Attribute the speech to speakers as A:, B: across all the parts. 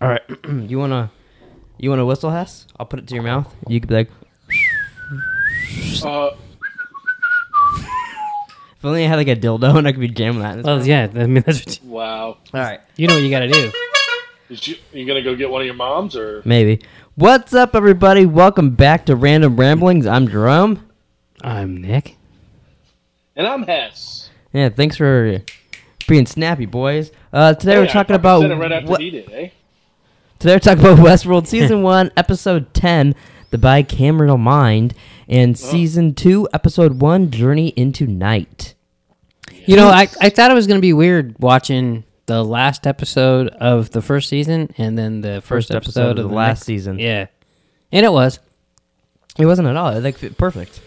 A: All right, you wanna you wanna whistle, Hess? I'll put it to your mouth. You could be like,
B: Uh,
A: if only I had like a dildo and I could be jamming that. in his
C: Well,
A: mouth.
C: yeah, I mean that's what you,
B: wow.
A: All right.
C: you know what you got to do.
B: Is you, you gonna go get one of your moms or?
A: Maybe. What's up, everybody? Welcome back to Random Ramblings. I'm Jerome.
C: I'm Nick.
B: And I'm Hess.
A: Yeah, thanks for being snappy, boys. Uh, today
B: Hey,
A: we're
B: I
A: talking
B: fucking
A: about
B: said it right after
A: what-
B: he did, eh?
A: today we're talking about Westworld season one, episode ten, the bicameral mind, and season two, episode one, journey into night.
C: You know, I, I thought it was going to be weird watching the last episode of the first season and then the first, episode, of the,
A: last
C: next-
A: season.
C: Yeah. And it was.
A: It wasn't at all. It like fit perfect.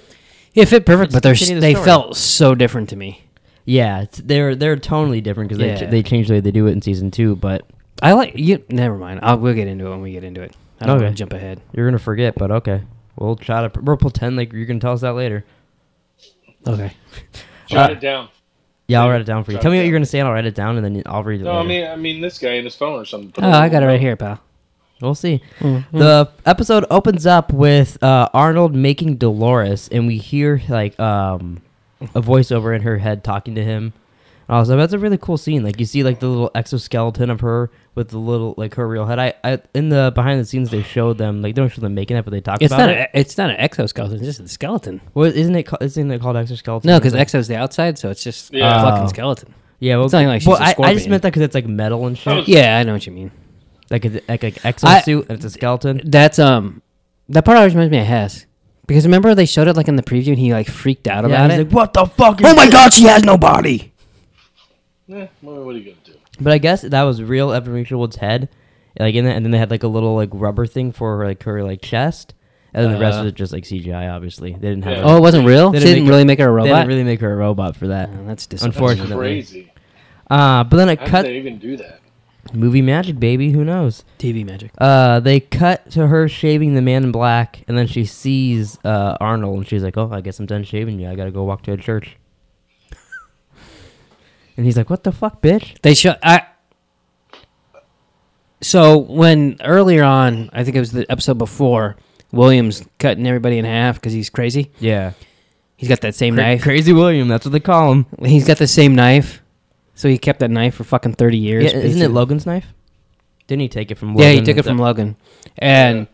C: It fit perfect, but they're,
A: continue the
C: they
A: story.
C: felt so different to me.
A: Yeah, it's, they're they're totally different because they
C: Yeah.
A: they changed the way they do it in season two, but
C: I like you. Never mind. I'll, we'll get into it when we get into it. I don't
A: Okay.
C: want to jump ahead.
A: you're gonna forget. But okay, we'll try to we'll pretend like you're gonna tell us that later.
C: Okay.
B: Jot
A: Uh,
B: it down.
A: Yeah, I'll write it down for you.
B: Jot
A: Tell
B: it
A: me what you're
B: down.
A: gonna say, and I'll write it down, and then I'll read it.
B: No, I
A: later.
B: mean, I mean this guy in his phone or something.
C: Oh, I got it right here, pal.
A: We'll see.
C: Mm-hmm.
A: The episode opens up with uh, Arnold making Dolores, and we hear like um, a voiceover in her head talking to him. And I was like, that's a really cool scene. Like you see like the little exoskeleton of her with the little like her real head. I, I in the behind the scenes they showed them like they don't show them making it, but they talk
C: It's
A: about
C: not.
A: it.
C: A, it's not an exoskeleton. It's just a skeleton.
A: Well, isn't it? Ca- isn't it called exoskeleton?
C: No, because exo's the outside, so it's just
B: Yeah.
C: a
A: Oh.
C: fucking skeleton.
A: Yeah, well,
C: it's not like she's
A: well,
C: a
A: I, I just
C: scorpion.
A: meant that because it's like metal and shit,
C: Yeah, I know what you mean.
A: like it's like an exosuit and it's a skeleton.
C: That's um, that part always reminds me of Hess. Because remember they showed it like in the preview, and he like freaked out
A: Yeah,
C: about
A: he's
C: it.
A: like, what the fuck?
C: oh my god, she has no body.
B: Eh, well, what are you gonna do?
A: But I guess that was real Evan Rachelwood's head, like in that, and then they had like a little like rubber thing for her, like her like chest, and then the rest
C: Uh.
A: was just like CGI. Obviously, they didn't have.
B: Yeah.
A: a-
C: Oh, it wasn't real.
A: They
C: She
A: didn't
C: didn't
A: make
C: really make her a
A: they
C: robot.
A: didn't really make her a robot for that.
C: Oh, that's
A: Unfortunate.
C: disappointing.
B: That's
A: Unfortunately.
B: crazy.
A: Uh, but then it
B: How cut.
A: cut
B: did they even do that?
A: movie magic, baby. Who knows?
C: TV magic.
A: Uh, they cut to her shaving the man in black, and then she sees uh, Arnold, and she's like, "Oh, I guess I'm done shaving you. I gotta go walk to a church." and he's like, "What the fuck, bitch?"
C: They show. I. So when earlier on, I think it was the episode before, Williams cutting everybody in half because he's crazy.
A: Yeah,
C: He's got that same knife.
A: crazy William. That's what they call him.
C: He's got the same knife. So he kept that knife for fucking 30 years.
A: Yeah, isn't it
C: basically.
A: Logan's knife? Didn't he take it from?
C: Yeah,
A: Logan?
C: he took it from Logan. And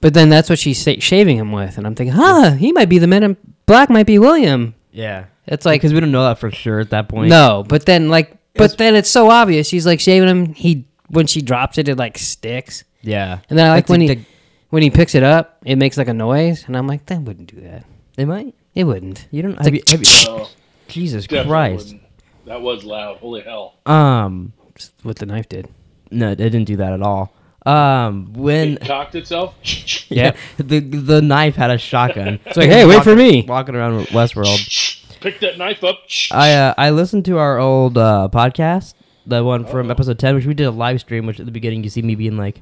C: but then that's what she's sa- shaving him with and I'm thinking, "Huh, he might be the man in black might be William."
A: Yeah,
C: It's
A: like
C: like
A: because we don't know that for sure at that point.
C: no, but then like but then it's so obvious. She's like shaving him. He when she drops it it like sticks.
A: Yeah,
C: And then I like
A: That's a
C: when he
A: dick-
C: when he picks it up, it makes like a noise and I'm like, "That wouldn't do that."
A: it might.
C: It wouldn't.
A: You don't.
C: It's
A: Have
C: like,
A: you, have you-
B: No,
A: Jesus
B: Oh, definitely
A: Christ.
B: wouldn't. That was loud. Holy hell.
A: Um,
C: That's what the knife did.
A: no, it didn't do that at all. Um, when
B: It cocked itself.
A: yeah, the the knife had a shotgun. It's
C: like, "Hey, wait for me."
A: Walking around Westworld.
B: Pick that knife up.
A: I uh, I listened to our old uh, podcast, the one
B: Uh-huh.
A: from episode ten, which we did a live stream. Which at the beginning you see me being like,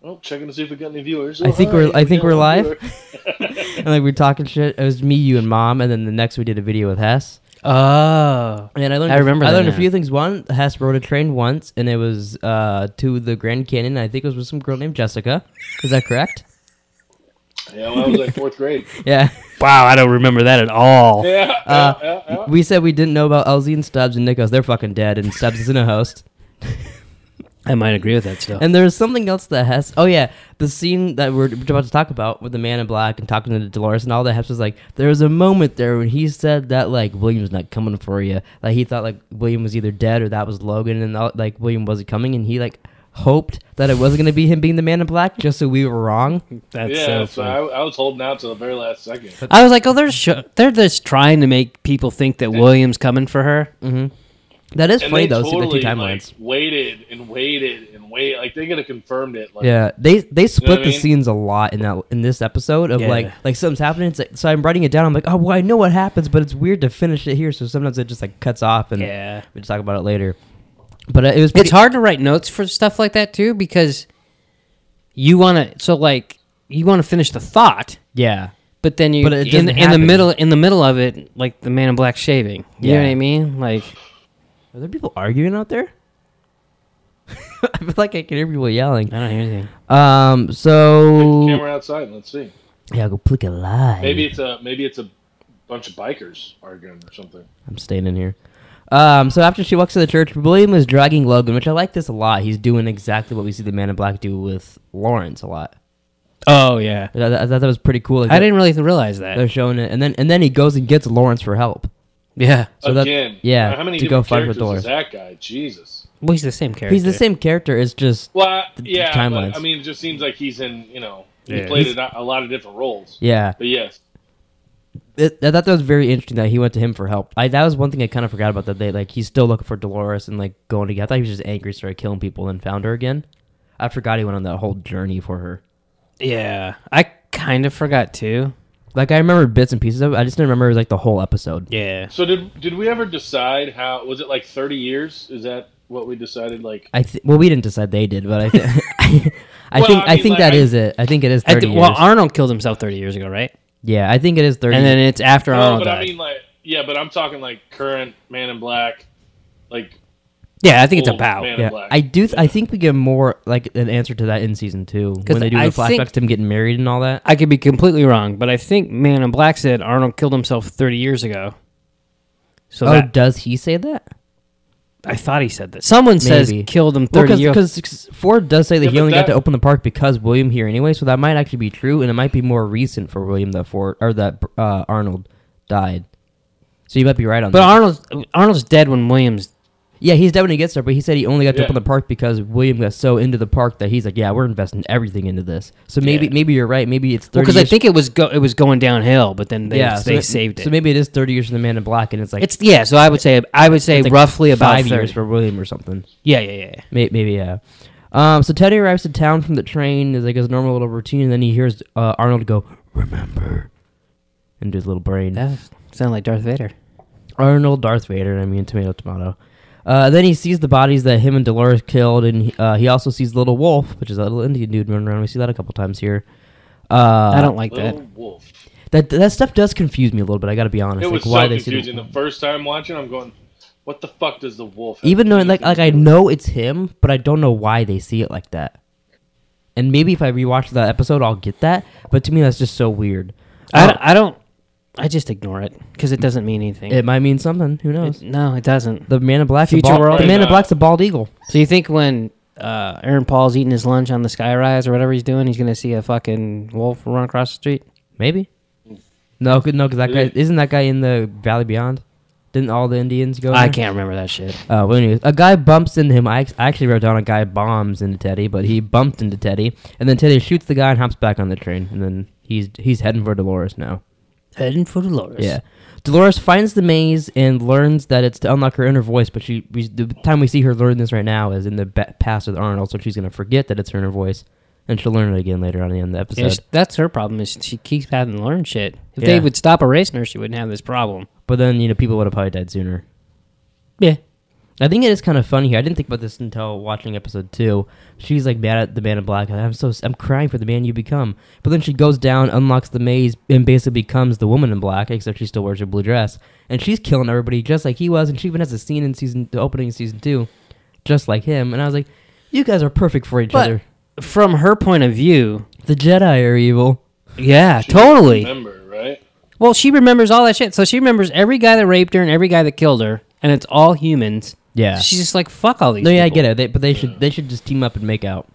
B: Well, Oh, checking to see if we got any viewers.
A: I
B: Oh,
A: think
B: hi,
A: we're- I
B: we
A: think
B: got
A: we're
B: one
A: live.
B: viewer.
A: and like we're talking shit. It was me, you, and mom, and then the next we did a video with Hess.
C: Oh.
A: And I learned.
C: I remember
A: I
C: that
A: learned a
C: now.
A: few things. One, Hess rode a train once, and it was uh, to the Grand Canyon. I think it was with some girl named Jessica. Is that correct?
B: Yeah, well, I was like fourth grade.
A: yeah.
C: Wow, I don't remember that at all.
B: Yeah,
A: Uh,
B: yeah, yeah, yeah.
A: We said we didn't know about Elsie and Stubbs and Nick goes, They're fucking dead, and Stubbs isn't a host.
C: I might agree with that still.
A: And there's something else that Hess. Oh yeah, the scene that we're about to talk about with the man in black and talking to Dolores and all that. Hess was like, there was a moment there when he said that like William's not coming for you. Like he thought like William was either dead or that was Logan, and all, like William wasn't coming, and he like hoped that it wasn't gonna be him being the man in black, just so we were wrong.
C: That's
B: yeah,
C: so,
B: so, I, I was holding out to the very last second.
C: I was like, oh, they're sh- they're just trying to make people think that William's coming for her.
A: That is
B: And
A: funny
B: they
A: though. see the
B: totally
A: two
B: like,
A: timelines.
B: waited and waited and wait. Like they could have confirmed it. Like,
A: Yeah, they they split
B: I
A: the
B: mean?
A: scenes a lot in that in this episode of
C: Yeah.
A: like like something's happening. It's like, so I'm writing it down. I'm like, oh well, I know what happens, but it's weird to finish it here. So sometimes it just like cuts off, and
C: Yeah.
A: we just talk about it later. But uh, it was pretty,
C: It's hard to write notes for stuff like that too because you want to. So like you want to finish the thought,
A: Yeah,
C: but then you
A: But it
C: in,
A: doesn't
C: in the
A: happen.
C: middle in the middle of it, like the man in black shaving. You
A: Yeah.
C: know what I mean? Like
A: are there people arguing out there? I feel like I can hear people yelling.
C: I don't hear anything.
A: Um,
B: Take the
A: so
B: camera outside and let's see.
A: yeah, go click a live.
B: Maybe it's a maybe it's a bunch of bikers arguing or something.
A: I'm staying in here. Um, so after she walks to the church, William is dragging Logan, which I like this a lot. He's doing exactly what we see the Man in Black do with Lawrence a lot.
C: Oh yeah,
A: I, I- I thought that was pretty cool. Like
C: I
A: they're-
C: didn't really realize
A: They're
C: that.
A: showing it, and then and then he goes and gets Lawrence for help.
C: Yeah,
A: So Oh, that-
B: Again,
A: yeah,
B: How many
A: to go
B: different
A: fight with
B: characters
A: Dolores.
B: is that guy? Jesus.
C: well, he's the same character.
A: He's the same character. It's just
B: Well, I- yeah, but,
A: timelines.
B: I mean, it just seems like he's in. You know,
C: Yeah.
B: he played
A: He's-
B: in a, a lot of different roles.
A: yeah.
B: But yes,
A: It- I thought that was very interesting that he went to him for help. I that was one thing I kind of forgot about that day. Like he's still looking for Dolores and like going to get. I thought he was just angry, started killing people, and found her again. I forgot he went on that whole journey for her.
C: Yeah, I kind of forgot too.
A: Like I remember bits and pieces of it. I just didn't remember like the whole episode.
C: Yeah,
B: So did did we ever decide how was it like thirty years? Is that what we decided? Like
A: I th- well, we didn't decide they did, but I think I,
B: Well,
A: think
B: I
A: I,
B: mean,
A: think
B: like,
A: that
B: I-
A: is it. I think it is
C: I
A: thirty
C: thi-
A: years.
C: well, Arnold killed himself thirty years ago, right?
A: yeah, I think it is thirty.
C: And then it's after
B: no,
C: Arnold
B: but I
C: died.
B: mean like yeah, but I'm talking like current Man in Black, like
C: yeah, I think it's
B: old
C: about.
B: Man in
A: yeah,
B: Black.
A: I do. Th- I think we get more like an answer to that in season two
C: 'Cause
A: when they do
C: I
A: the flashbacks
C: think-
A: to him getting married and all that.
C: I could be completely wrong, but I think Man in Black said Arnold killed himself thirty years ago. So
A: oh,
C: that,
A: does he say that?
C: I thought he said that. Someone says
A: Maybe.
C: killed him thirty years.
A: Because Ford does say that
B: Yeah,
A: he
B: but
A: only got
B: that-
A: to open the park because William here anyway, so that might actually be true, and it might be more recent for William that Ford or that uh, Arnold died. So you might be right on
C: But
A: that.
C: Arnold Arnold's dead when Williams.
A: yeah, he's dead when he gets there, but he said he only got to
B: Yeah.
A: open the park because William got so into the park that he's like, yeah, we're investing everything into this. So maybe
C: Yeah.
A: maybe you're right. Maybe it's thirty.
C: Because I
A: years-
C: think it was go, it was going downhill, but then they
A: yeah, so
C: they
A: that-
C: saved it.
A: So maybe it is thirty years for the Man in Black, and it's like
C: it's yeah. So I would say I would say
A: it's like
C: roughly about
A: five
C: 30.
A: years for William or something.
C: yeah, yeah, yeah.
A: Maybe, maybe yeah. Um, so Teddy arrives to town from the train, is like his normal little routine, and then he hears uh, Arnold go, "Remember," into his little brain.
C: That sounded like Darth Vader.
A: Arnold, Darth Vader. I mean, tomato, tomato. Uh, then he sees the bodies that him and Dolores killed, and he, uh, he also sees Little Wolf, which is a little Indian dude running around. We see that a couple times here. Uh,
C: I don't like that.
B: Little Wolf.
A: that that stuff does confuse me a little bit. I got to be honest.
B: It
A: like
B: was
A: why
B: so
A: they see the-
B: confusing the first time watching. I'm going, what the fuck does the wolf? have
A: even
B: to
A: though
B: do
A: like
B: with
A: like
B: it?"
A: I know it's him, but I don't know why they see it like that. And maybe if I rewatch that episode, I'll get that. But to me, that's just so weird.
C: I,
A: Uh,
C: don't, I don't. I just ignore it because it doesn't mean anything.
A: it might mean something. Who knows?
C: It- no, it doesn't.
A: the man in black, the,
C: Future
A: bald,
C: world?
A: the man in
B: Probably
A: black's
B: not.
A: a bald eagle.
C: So you think when uh, Aaron Paul's eating his lunch on the skyrise or whatever he's doing, he's gonna see a fucking wolf run across the street?
A: Maybe. No, 'cause- no, because that guy isn't that guy in the Valley Beyond. Didn't all the Indians go?
C: I
A: there?
C: can't remember that shit.
A: Uh, well, anyways, a guy bumps into him. I, ac- I actually wrote down a guy bombs into Teddy, but he bumped into Teddy, and then Teddy shoots the guy and hops back on the train, and then he's he's heading for Dolores now.
C: Heading for Dolores.
A: Yeah. Dolores finds the maze and learns that it's to unlock her inner voice, but she we, the time we see her learn this right now is in the ba- past with Arnold, so she's going to forget that it's her inner voice, and she'll learn it again later on in the episode.
C: Yeah, sh- that's her problem. Is she keeps having to learn shit. If
A: Yeah.
C: they would stop erasing her, she wouldn't have this problem.
A: but then, you know, people would have probably died sooner.
C: Yeah.
A: I think it is kind of funny here. I didn't think about this until watching episode two. She's like mad at the man in black. I'm so I'm crying for the man you become. But then she goes down, unlocks the maze, and basically becomes the woman in black, except she still wears her blue dress. And she's killing everybody just like he was. And she even has a scene in season the opening of season two, just like him. And I was like, you guys are perfect for each
C: But-
A: other.
C: From her point of view,
A: The Jedi are evil.
C: yeah,
B: She doesn't
C: totally.
B: Remember right?
C: Well, she remembers all that shit. So she remembers every guy that raped her and every guy that killed her, and it's all humans.
A: Yeah.
C: She's just like, fuck all these.
A: No, yeah, I
C: people.
A: get it. They, but they should they should just team up and make out.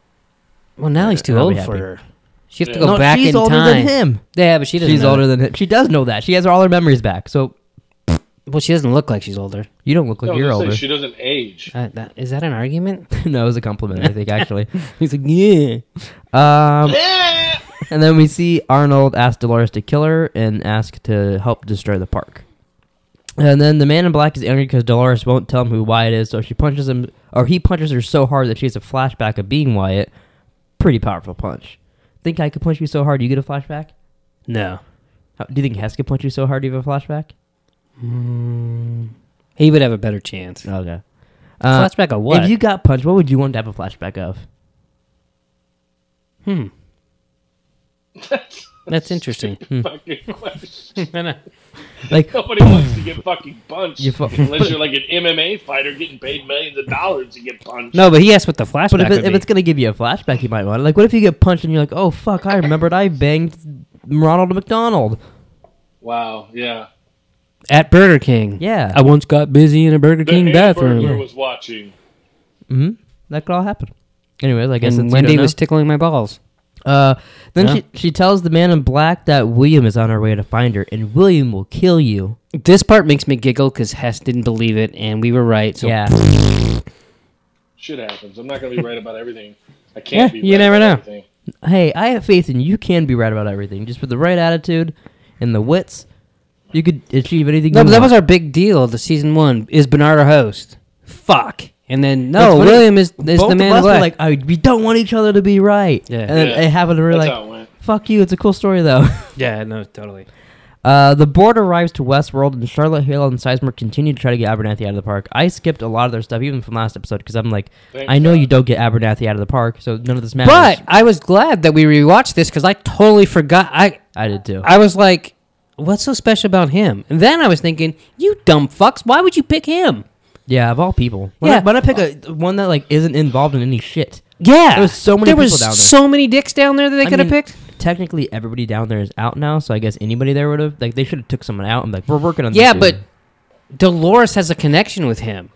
C: Well, now he's too
A: I'll be
C: old for
A: happy.
C: her. She has to
B: Yeah.
C: go
A: no,
C: back
A: she's
C: in
A: older
C: time.
A: than him.
C: Yeah, but she doesn't.
A: She's
C: know
A: older
C: that.
A: than him. She does know that. She has all her memories back. So
C: Well, she doesn't look like she's older.
A: you don't look like
B: No, I was
A: you're
B: gonna say,
A: older.
B: She doesn't age.
C: Uh, that, is that an argument?
A: no, it was a compliment, I think, actually.
C: he's like, yeah.
A: Um, and then we see Arnold ask Dolores to kill her and ask to help destroy the park. And then the man in black is angry because Dolores won't tell him who Wyatt is, so she punches him, or he punches her so hard that she has a flashback of being Wyatt. Pretty powerful punch. Think I could punch you so hard you get a flashback?
C: No,
A: How, do you think Hess could punch you so hard you have a flashback?
C: he would have a better chance.
A: Okay. Uh,
C: Flashback of what?
A: If you got punched, what would you want to have a flashback of?
C: hmm. That's interesting.
B: fucking question.
C: I know.
A: Like,
B: Nobody wants to get fucking punched
A: You fu-
B: unless you're like an MMA fighter getting paid millions of dollars to get punched.
C: No, but he asked what the flashback
A: but if, it,
C: would
A: if
C: be.
A: it's gonna give you a flashback, you might want it. Like, what if you get punched and you're like, "Oh fuck, I remembered I banged Ronald McDonald."
B: Wow. Yeah.
C: At Burger King.
A: Yeah.
C: I once got busy in a Burger King
B: the Hamburger
C: bathroom.
B: was watching.
A: hmm That could all happen. Anyways, I guess
C: And
A: it's
C: Wendy was tickling my balls.
A: Uh, then
C: Yeah.
A: she she tells the man in black that William is on her way to find her, and William will kill you.
C: This part makes me giggle because Hess didn't believe it, and we were right. So
A: yeah,
B: Shit happens. I'm not gonna be right about everything. I can't
C: Yeah,
B: be.
C: you
B: right
C: never
B: about
C: know.
B: everything.
A: hey, I have faith in you. You Can be right about everything, just with the right attitude and the wits, you could achieve anything.
C: No,
A: you
C: but that
A: want.
C: was our big deal. The season one is Bernard our host. Fuck. And then no,
A: That's funny.
C: William is is
A: Both
C: the
A: of
C: man. in
A: us were
C: black.
A: like, I, we don't want each other to be right.
C: Yeah.
A: and then
B: Yeah.
A: it happened, and we were
B: That's
A: like,
B: how it went.
A: fuck you. It's a cool story though.
C: yeah, no, totally.
A: Uh, the board arrives to Westworld, and Charlotte Hale and Seismer continue to try to get Abernathy out of the park. I skipped a lot of their stuff, even from last episode, because I'm like,
B: Thank
A: I know
B: God.
A: you don't get Abernathy out of the park, so none of this matters.
C: But I was glad that we rewatched this because I totally forgot. I
A: I did too.
C: I was like, what's so special about him? And then I was thinking, you dumb fucks, why would you pick him?
A: yeah, of all people. When I,
C: Yeah.
A: when I pick a one that like isn't involved in any shit,
C: Yeah,
A: There was so many
C: There
A: people
C: was
A: down there.
C: so many dicks down there that they
A: I
C: could have
A: mean,
C: picked.
A: Technically, everybody down there is out now, so I guess anybody there would have like they should have took someone out. I'm like, we're working on.
C: Yeah,
A: this
C: but
A: dude."
C: Dolores has a connection with him.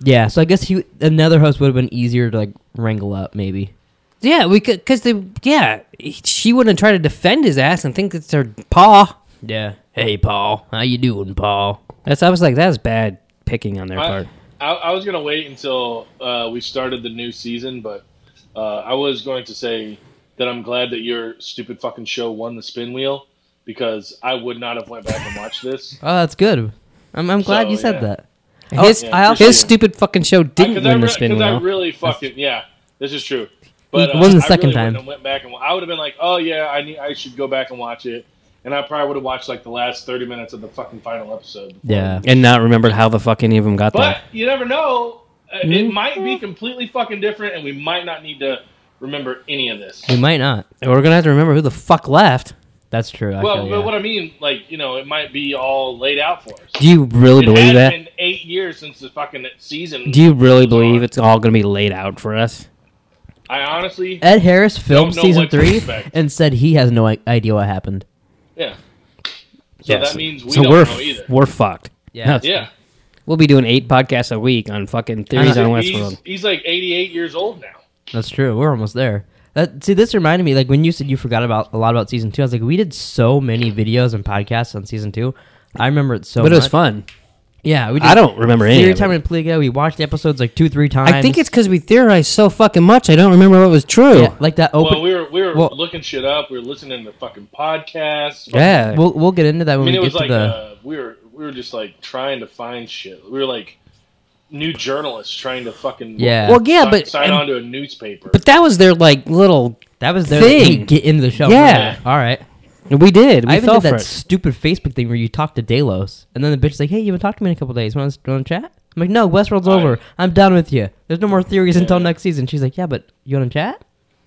A: yeah, so I guess he another host would have been easier to like wrangle up, maybe.
C: Yeah, we could because they yeah he- she wouldn't try to defend his ass and think it's her paw.
A: Yeah. Hey, Paul, how you doing, Paul?
C: That's I was like that's bad picking on their part.
B: I, I, I was gonna wait until uh, we started the new season, but uh, I was going to say that I'm glad that your stupid fucking show won the spin wheel because I would not have went back and watched this.
A: Oh, that's good. I'm, I'm glad
B: So,
A: you said
B: yeah.
A: that.
C: And His,
B: Oh, yeah, appreciate
C: his
B: it.
C: stupid fucking show didn't
B: Because
C: win
B: I,
C: the
B: re-
C: spin
B: 'cause
C: wheel.
B: I really fucking yeah. This is true. But
A: It
B: uh,
A: wasn't the
B: I
A: second
B: really
A: time.
B: wouldn't have Went back and I would have been like, oh yeah, I need, I should go back and watch it, and I probably would have watched like the last thirty minutes of the fucking final episode.
A: Yeah.
C: and not remembered how the fuck any of them got
B: But
C: there.
B: you never know. Uh, It
C: Mm-hmm.
B: might be completely fucking different, and we might not need to remember any of this.
A: We might not.
C: And we're gonna have to remember who the fuck left.
A: That's true. I
B: Well,
A: feel,
B: but
A: yeah.
B: what I mean, like you know, it might be all laid out for us.
C: Do you really
B: it
C: believe
B: has
C: that?
B: been eight years since the fucking season.
C: Do you really believe it's all gonna be laid out for us?
B: I honestly,
A: Ed Harris filmed
B: know
A: season
B: what to
A: three
B: expect.
A: and said he has no i- idea what happened.
B: yeah. So
C: Yes.
B: that means we
C: so
B: don't
C: we're
B: know either.
C: we're fucked.
A: Yeah.
B: yeah,
C: we'll be doing eight podcasts a week on fucking theories on Westworld.
B: he's, he's like 88 years old now.
A: That's true. We're almost there. That see, this reminded me like when you said you forgot about a lot about season two. I was like, we did so many videos and podcasts on season two. I remember it so.
C: But it was
A: much.
C: fun.
A: Yeah, we. Did
C: I don't remember any.
A: Theory
C: of it.
A: time in Pliga. We watched the episodes like two, three times.
C: I think it's because we theorized so fucking much. I don't remember what was true.
A: Yeah, like that open.
B: Well, we were we were
A: well-
B: looking shit up. We were listening to fucking podcasts. fucking-
C: Yeah.
A: we'll we'll get into that
B: I
A: when
B: mean, it
A: we
B: was
A: get to
B: like
A: the.
B: uh, we were we were just like trying to find shit. We were like new journalists trying to fucking
A: Yeah.
C: Well, yeah,
B: sign,
C: but
B: sign
C: and-
B: on to a newspaper.
C: but that was their like little.
A: that was their like, hey,
C: thing.
A: get into the show.
C: Yeah.
A: All right.
C: We did. We
A: I even
C: fell
A: did
C: for
A: that
C: it.
A: stupid Facebook thing where you talk to Delos, and then the bitch's like, "Hey, you haven't talked to me in a couple days. Want to chat?" I'm like, "No, Westworld's
B: Right.
A: over. I'm done with you. There's no more theories until
B: Yeah.
A: next season." She's like, "Yeah, but you want to chat?"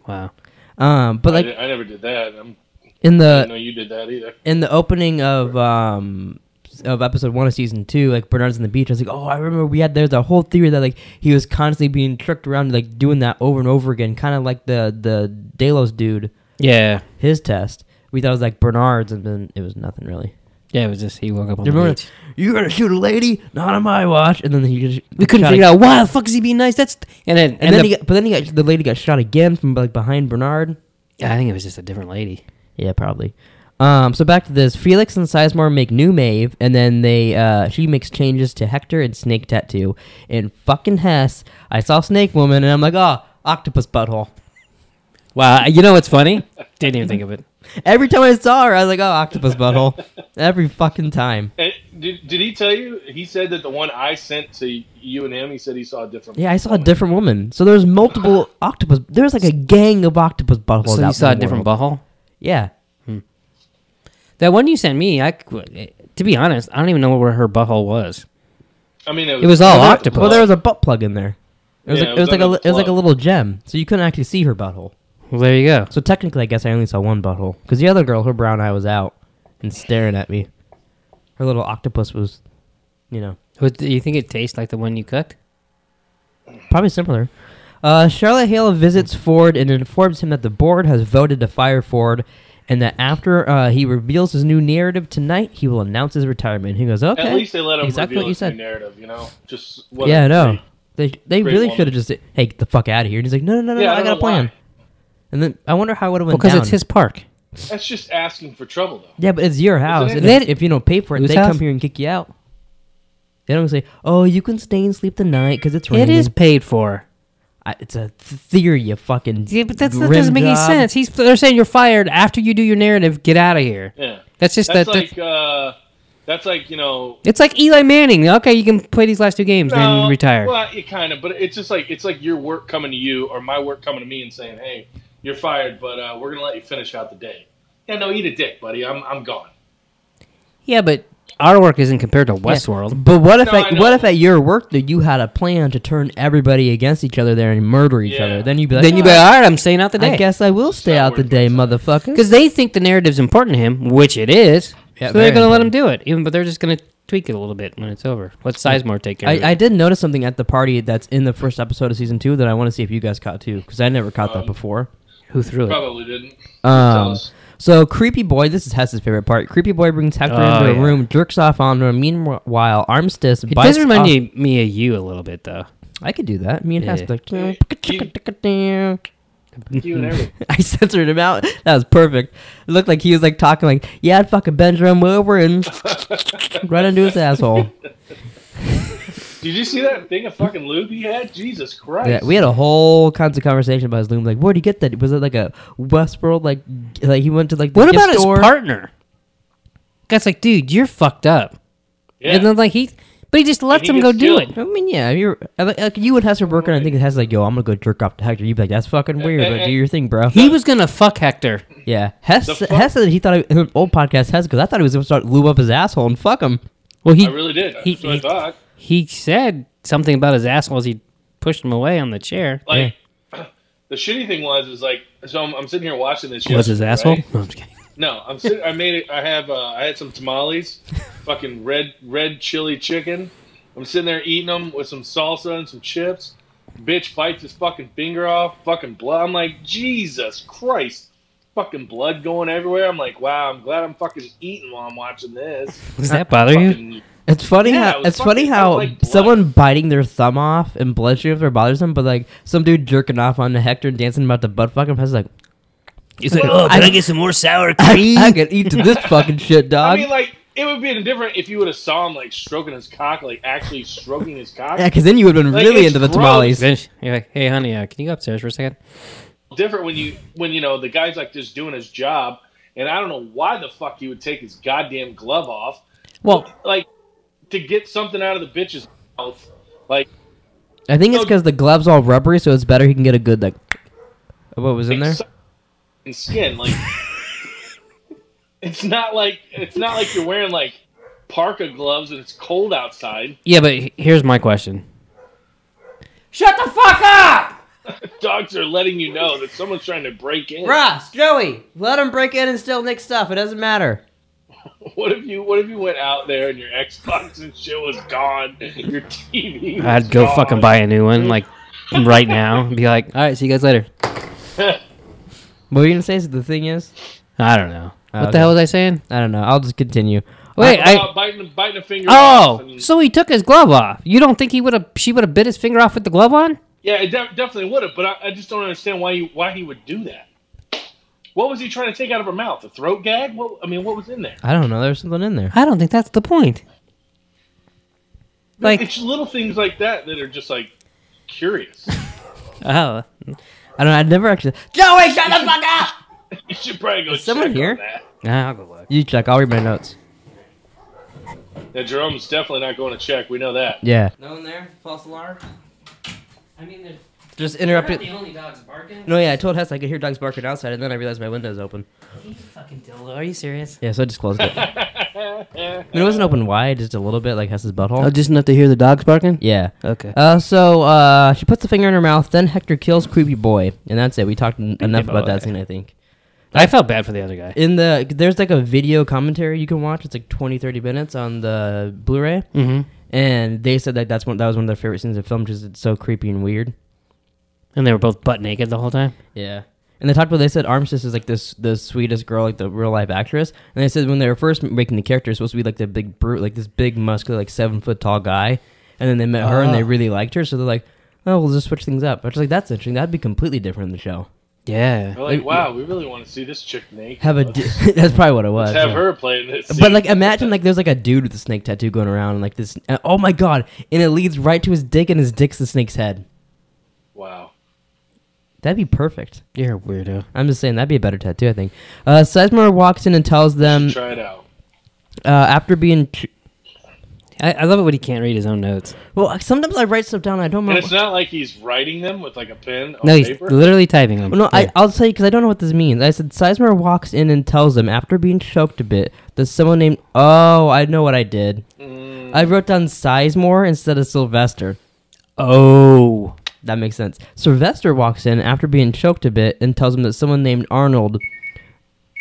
C: Wow.
A: Um, but
B: I,
A: like
B: di- I never did that. I'm,
A: in
C: Uh,
B: I didn't know
A: the
B: you did that either.
A: in the opening of um of episode one of season two, like Bernard's on the beach. I was like, "Oh, I remember we had there's a whole theory that like he was constantly being tricked around, like doing that over and over again, kind of like the the Delos dude,
C: Yeah.
A: his test." We thought it was like Bernard's, and then it was nothing really.
C: Yeah. It was just he woke up on
A: You
C: the
A: remember,
C: beach.
A: you're gonna shoot a lady, not on my watch, and then he just
C: We couldn't
A: shot
C: figure
A: a-
C: out why the fuck is he being nice. That's and then and,
A: And, then
C: the-
A: he got, but then he got the lady got shot again from like behind Bernard.
C: I think it was just a different lady.
A: Yeah, probably. Um, so back to this, Felix and Sizemore make new Maeve, and then they uh, she makes changes to Hector and Snake Tattoo. And fucking Hess, I saw Snake Woman, and I'm like, oh, octopus butthole.
C: Wow. uh, You know what's funny? Didn't even think of it.
A: Every time I saw her, I was like, oh, octopus butthole. Every fucking time.
B: And did, did he tell you? He said that the one I sent to you and him, he said he saw a different.
A: Yeah, I saw a different woman. So there's multiple octopus. There's like a gang of octopus buttholes.
C: so
A: out
C: you
A: in
C: saw
A: the
C: a different
A: world.
C: butthole.
A: Yeah.
C: That one you sent me, I c- eh, to be honest, I don't even know where her butthole was.
B: I mean, it was,
C: It was all
B: it
C: octopus.
A: Well, there was a butt plug in there. It was like
B: Yeah,
A: it
B: it
A: was,
B: was
A: like a
B: under
A: li-
B: the
A: it was like a
B: plug.
A: little gem, so you couldn't actually see her butthole.
C: Well, there you go.
A: So technically, I guess I only saw one butthole because the other girl, her brown eye was out and staring at me. Her little octopus was, you know,
C: What, do you think it tastes like the one you cooked?
A: probably similar. Uh, Charlotte Hale visits Ford and informs him that the board has voted to fire Ford, and that after uh, he reveals his new narrative tonight, he will announce his retirement. He goes, "Okay."
B: At least they let him
A: exactly
B: reveal
A: what you
B: his new
A: said.
B: narrative, you know? Just what
A: yeah,
B: a
A: no,
B: freak.
A: they they
B: great
A: really
B: woman.
A: should have just said, "Hey, get the fuck out of here!" And he's like, "No, no, no, no,
B: Yeah,
A: I,
B: I don't
A: got a
B: know why.
A: plan." And then I wonder how it would have went
C: Because
A: down.
C: it's his park.
B: That's just asking for trouble, though.
A: Yeah, but it's your house.
B: it?
A: And if,
C: They-
A: if you don't pay for it,
C: Whose
A: they come
C: house?
A: here and kick you out. They don't say, "Oh, you can stay and sleep the night because it's
C: It
A: raining."
C: is paid for.
A: I, it's a th- theory, you fucking.
C: Yeah, but that's, that
A: grim
C: doesn't make any
A: job.
C: sense. He's they're saying you're fired after you do your narrative. Get out of here.
B: Yeah.
C: That's just
B: That's
C: that.
B: like, uh, that's like, you know.
C: it's like Eli Manning. Okay, you can play these last two games
B: no,
C: then retire.
B: Well, it kind of, but it's just like, it's like your work coming to you or my work coming to me and saying, hey, you're fired, but uh, we're going to let you finish out the day. Yeah, no, eat a dick, buddy. I'm, I'm gone.
C: yeah, but our work isn't compared to
A: Yeah.
C: Westworld.
A: But what if
B: No,
A: at,
B: I
A: what
B: know.
A: if at your work that you had a plan to turn everybody against each other there and murder each
B: Yeah.
A: other? Then you'd be like,
C: Then you'd be
A: "Ah,
C: like, all right, I'm staying out the
A: I
C: day.
A: guess I will stay
B: not
A: out the
B: worth
A: day, motherfucker.
C: because they think the narrative's important to him, which it is.
A: Yeah,
C: so they're
A: very
C: going to let him do it, even but they're just going to tweak it a little bit when it's over. Let Sizemore take care of it.
A: I, I did notice something at the party that's in the first episode of season two that I want to see if you guys caught too, because I never caught that
B: Um,
A: before.
C: Who threw it?
B: Probably didn't. Tell
A: Um,
B: us.
A: So creepy boy, this is Hess's favorite part. Creepy boy brings Hector
C: Oh,
A: into a
C: yeah.
A: room, jerks off on him. Meanwhile, Armistice
C: It
A: bites.
C: does remind
A: off-
C: me, me of you a little bit, though.
A: I could do that. Me and Hess
C: Yeah.
A: like.
B: You- you and everything.
A: I censored him out. That was perfect. It looked like he was like talking like, "Yeah, I'd fucking bend him over and right into his asshole."
B: Did you see that thing of fucking lube he had? Jesus Christ.
A: Yeah, we had a whole kinds of conversation about his loom. Like, where would he get that? Was it like a Westworld? Like, g- like he went to like the
C: What
A: gift
C: about his
A: store?
C: partner? Guy's like, dude, you're fucked up.
B: Yeah.
C: And then like he, but he just lets
B: he
C: him go
B: gets
C: do
B: killed.
C: it.
A: I mean, yeah, you're like, like you and Hess are working. I think Hess is like, "Yo, I'm gonna go jerk off to Hector." You'd be like, "That's fucking weird,
B: eh,
A: but
B: eh.
A: do your thing, bro."
C: He was gonna fuck Hector.
A: Yeah, Hess,
B: The fuck?
A: Hess said he thought in an old podcast Hess because I thought he was gonna start lube up his asshole and fuck him.
C: Well, he
B: I really did. That's
C: he-
B: what I
C: he-
B: thought.
C: he said something about his asshole as he pushed him away on the chair.
B: Like the shitty thing was is like so I'm, I'm sitting here watching this.
C: was his
B: yesterday, right?
C: asshole? No, I'm just kidding.
B: No, I'm sitting. I made it. I have. Uh, I had some tamales, fucking red red chili chicken. I'm sitting there eating them with some salsa and some chips. Bitch bites his fucking finger off. Fucking blood. I'm like Jesus Christ. Fucking blood going everywhere. I'm like, wow. I'm glad I'm fucking eating while I'm watching this.
C: Does that bother you?
B: Fucking-
A: It's funny
B: Yeah,
A: how
B: it was
A: it's funny
B: fucking- I
A: how
B: was like, blood.
A: someone biting their thumb off and blood streams or bothers them, but like some dude jerking off on the Hector and dancing about the butt fuck him, has like
C: He's like, oh,
A: can I
C: get some more sour
A: I, I could eat to this fucking shit,
B: I
A: dog.
B: mean, like it would be different if you would have saw him like stroking his cock, like actually stroking his cock.
A: yeah, because then you would have been
B: Like,
A: really
B: it's
A: into the
B: gross.
A: tamales.
C: Then she- you're like, hey, honey, uh, can you go upstairs for a second?
B: different when you when you know the guy's like just doing his job, and I don't know why the fuck he would take his goddamn glove off,
C: Well,
B: like to get something out of the bitch's mouth. Like
A: I think it's because the glove's all rubbery, so it's better he can get a good like. What was in there?
B: so- and skin, like it's not like it's not like you're wearing like parka gloves and it's cold outside.
C: yeah, but he- here's my question.
A: Shut the fuck up,
B: Dogs are letting you know that someone's trying to break in.
A: Ross, Joey. Let him break in and steal Nick's stuff. It doesn't matter.
B: What if you What if you went out there and your Xbox and shit was gone? Your TV. was
C: I'd go
B: gone.
C: fucking buy a new one, like right now. Be like, all right, see you guys later.
A: What were you gonna say? Is the thing is,
C: I don't know.
A: Oh,
C: What
A: okay.
C: the hell was I saying?
A: I don't know. I'll just continue.
C: Wait, I,
B: About biting biting a finger. off
C: Oh,
B: and-
C: so he took his glove off. You don't think he would have? She would have bit his finger off with the glove on?
B: yeah, it de- definitely would have. But I, I just don't understand why you why he would do that. What was he trying to take out of her mouth? A throat gag? What I mean, what was in there?
A: I don't know. There's something in there.
C: I don't think that's the point. Like,
B: it's little things like that that are just like curious.
C: oh,
A: I don't. know. I never actually. Joey, shut the fuck up.
B: you should probably go.
A: someone
B: check on
A: here?
B: that.
C: I'll go look.
A: You check. I'll read my notes.
B: Yeah, Jerome's definitely not going to check. We know that.
A: Yeah.
C: No one there. False alarm. I mean, they're
A: Just interrupted.
C: only dogs barking.
A: No, yeah, I told Hess I could hear dogs barking outside, and then I realized my window's open.
C: You fucking dildo. Are you serious?
A: Yeah, so I just closed it.
B: Eh,
A: I mean, it wasn't open wide, just a little bit, like Hess's butthole.
C: Oh, just enough to hear the dogs barking.
A: yeah.
C: Okay.
A: Uh, so uh, she puts the finger in her mouth. Then Hector kills creepy boy, and that's it. We talked n- enough about that
C: boy.
A: scene, I think.
C: I felt bad for the other guy.
A: In the there's like a video commentary you can watch. It's like 20, 30 minutes on the Blu-ray,
C: Mm-hmm.
A: and they said that that's one that was one of their favorite scenes of film, just it's so creepy and weird.
C: And they were both butt naked the whole time.
A: Yeah. And they talked about they said Armistice is like this the sweetest girl, like the real life actress. And they said when they were first making the character, it was supposed to be like the big brute, like this big muscular, like seven foot tall guy. And then they met her and they
C: Ah.
A: really liked her, so they're like, "Oh, we'll just switch things up." I was like, "That's interesting. That'd be completely different in the show."
C: Yeah.
B: They're like, wow, we really want to see this chick naked.
A: Have a
B: Let's-
A: di- that's probably what it was.
B: Let's have
A: yeah.
B: her play this.
A: But like, imagine like there's like a dude with a snake tattoo going around, and like this. and- oh my god! And it leads right to his dick, and his dick's the snake's head.
B: wow.
A: That'd be perfect.
C: You're a weirdo.
A: I'm just saying that'd be a better tattoo, I think. Uh, Sizemore walks in and tells
C: Um,
A: them
B: Try it out.
A: uh, after being tr-
C: I, I love it when he can't read his own notes.
A: Well, sometimes I write stuff down. I don't
B: And
A: remember.
B: it's not like he's writing them with like a pen on
C: No, he's
B: paper.
C: literally typing them.
A: Well, no, I,
C: Yeah.
A: I'll tell you because I don't know what this means. I said Sizemore walks in and tells them after being choked a bit that someone named. Oh, I know what I did.
B: Mm,
A: I wrote down Sizemore instead of Sylvester.
C: oh.
A: That makes sense. Sylvester walks in after being choked a bit and tells him that someone named Arnold.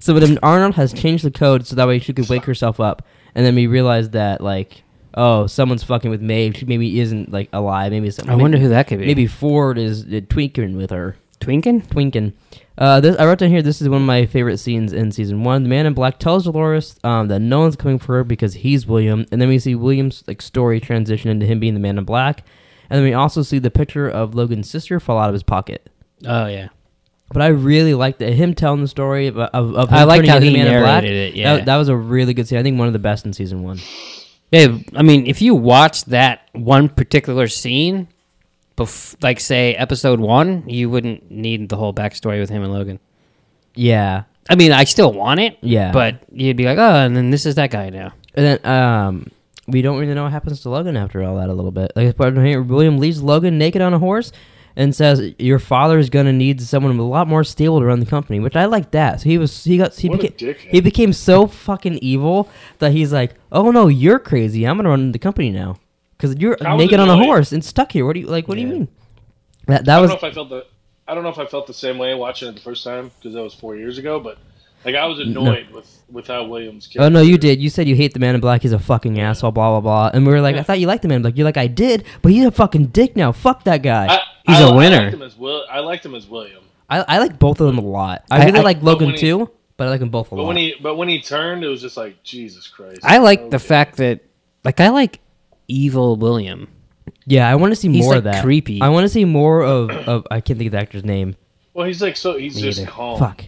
A: someone named Arnold has changed the code so that way she could wake herself up. And then we realized that like, oh, someone's fucking with Maeve. She maybe isn't like alive. Maybe
C: I
A: something.
C: wonder who that could be.
A: Maybe Ford is uh, tweaking with her.
C: Twinkin?
A: Twinkin. Uh, this, I wrote down here. This is one of my favorite scenes in season one. The Man in Black tells Dolores um, that no one's coming for her because he's William, and then we see William's like story transition into him being the Man in Black, and then we also see the picture of Logan's sister fall out of his pocket.
C: Oh, yeah.
A: But I really liked that him telling the story of, of, of him
C: I liked
A: turning
C: how
A: into the
C: he
A: Man in Black.
C: narrated it, yeah.
A: that, that was a really good scene. I think one of the best in season one.
C: Yeah, I mean, if you watch that one particular scene, bef- like say episode one, you wouldn't need the whole backstory with him and Logan.
A: Yeah,
C: I mean, I still want it,
A: yeah.
C: but you'd be like, oh, and then this is that guy now.
A: And then um, we don't really know what happens to Logan after all that a little bit. Like pardon me, William leaves Logan naked on a horse and says, "Your father is gonna need someone a lot more stable to run the company," which I like that. So he was he got he
B: What a
A: became
B: dickhead.
A: he became so fucking evil that he's like, "Oh no, you're crazy. I'm gonna run the company now because you're
B: How was
A: naked
B: it
A: on a
B: really-
A: horse and stuck here. What do you like? What do
C: Yeah.
A: you mean?" That that
B: I don't
A: was
B: know if I felt the. I don't know if I felt the same way watching it the first time because that was four years ago. But like, I was annoyed with with how Williams.
A: Oh no,
B: character-
A: you did. You said you hate the man in black. He's a fucking asshole. Blah blah blah. And we were like, I thought you liked the man in black. You're like, I did, but he's a fucking dick now. Fuck that guy.
B: I,
C: He's
B: a
C: a winner.
B: I liked him as, Will, I liked him as William,
A: I, I like both of them a lot. I
C: I-
A: really
C: I-
A: like
B: But
A: Logan
B: when he-
A: too, but I like them both a
B: but
A: lot.
B: when he but when he turned, it was just like Jesus Christ.
C: I like
B: Okay.
C: the fact that, like, I like evil William.
A: yeah, I want to see
C: He's,
A: more of
C: like,
A: that.
C: creepy.
A: I want to see more of, of I can't think of the actor's name.
B: Well, he's like so. He's
A: Me
B: just
A: either.
B: calm.
A: Fuck.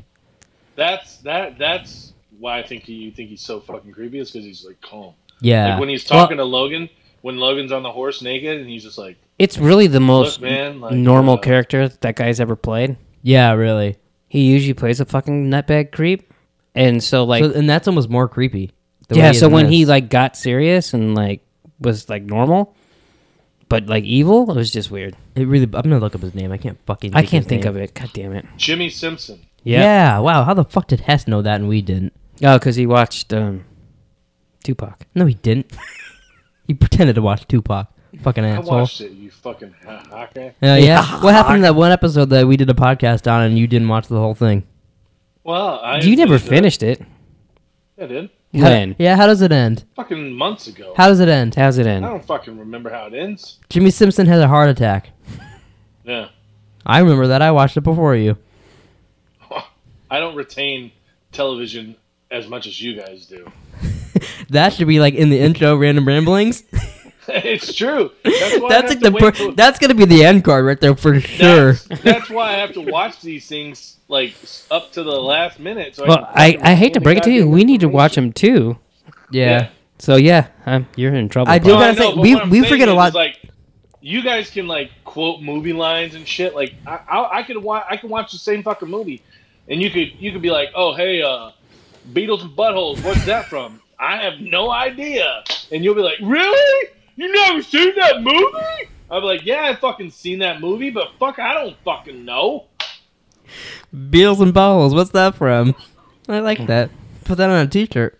B: That's that. That's why I think he, you think he's so fucking creepy. Is because he's like calm.
A: Yeah.
B: Like when he's
C: Well-
B: talking to Logan, when Logan's on the horse naked, and he's just like,
C: It's really the most
B: "Look, man, like
C: normal
B: uh,
C: character that guy's ever played.
A: yeah, really.
C: He usually plays a fucking nutbag creep, and so like,
A: so, and that's almost more creepy. the way
C: yeah.
A: is
C: So
A: in
C: when he
A: this.
C: like got serious and like was like normal, but like evil, it was just weird.
A: it really, I'm gonna look up his name. I can't fucking.
C: I can't think
A: of it.
C: of it. God damn it.
B: Jimmy Simpson.
A: Yeah. Wow. How the fuck did Hess know that and we didn't?
C: Oh, because he watched um, Tupac.
A: No, he didn't. he pretended to watch Tupac. Fucking
B: I
A: asshole.
B: watched it. You fucking ha- hacker.
A: Uh, yeah. What happened to that one episode that we did a podcast on and you didn't watch the whole thing?
B: Well, I
C: you never
B: enjoyed it.
C: finished it.
B: I did.
A: How-
C: When?
A: yeah. How does it end?
B: Fucking months ago.
A: How does it end?
C: How's it
B: I
C: end?
B: don't fucking remember how it ends.
A: Jimmy Simpson has a heart attack.
B: Yeah.
A: I remember that. I watched it before you.
B: I don't retain television as much as you guys do.
A: That should be like in the intro, random ramblings.
B: it's true. That's, why I have
A: that's like
B: to
A: the
B: wait
A: per-
B: till-
A: that's gonna be the end card right there for sure.
B: that's, that's why I have to watch these things like s- up to the last minute. So
C: Well,
B: I,
C: I,
B: can
C: I hate to break it to you. We need to watch them too.
A: Yeah.
C: So yeah, i you're in trouble.
A: I do
C: bro.
A: gotta say, we- we forget a lot-
B: Like you guys can like quote movie lines and shit. Like I, I, I could watch I can watch the same fucking movie, and you could you could be like, oh hey, uh, Beatles and buttholes. What's that from? I have no idea. And you'll be like, really? You never seen that movie? I'll be like, yeah, I fucking seen that movie, but fuck, I don't fucking know.
A: Beatles and Bowls. What's that from? I like that. put that on a T-shirt.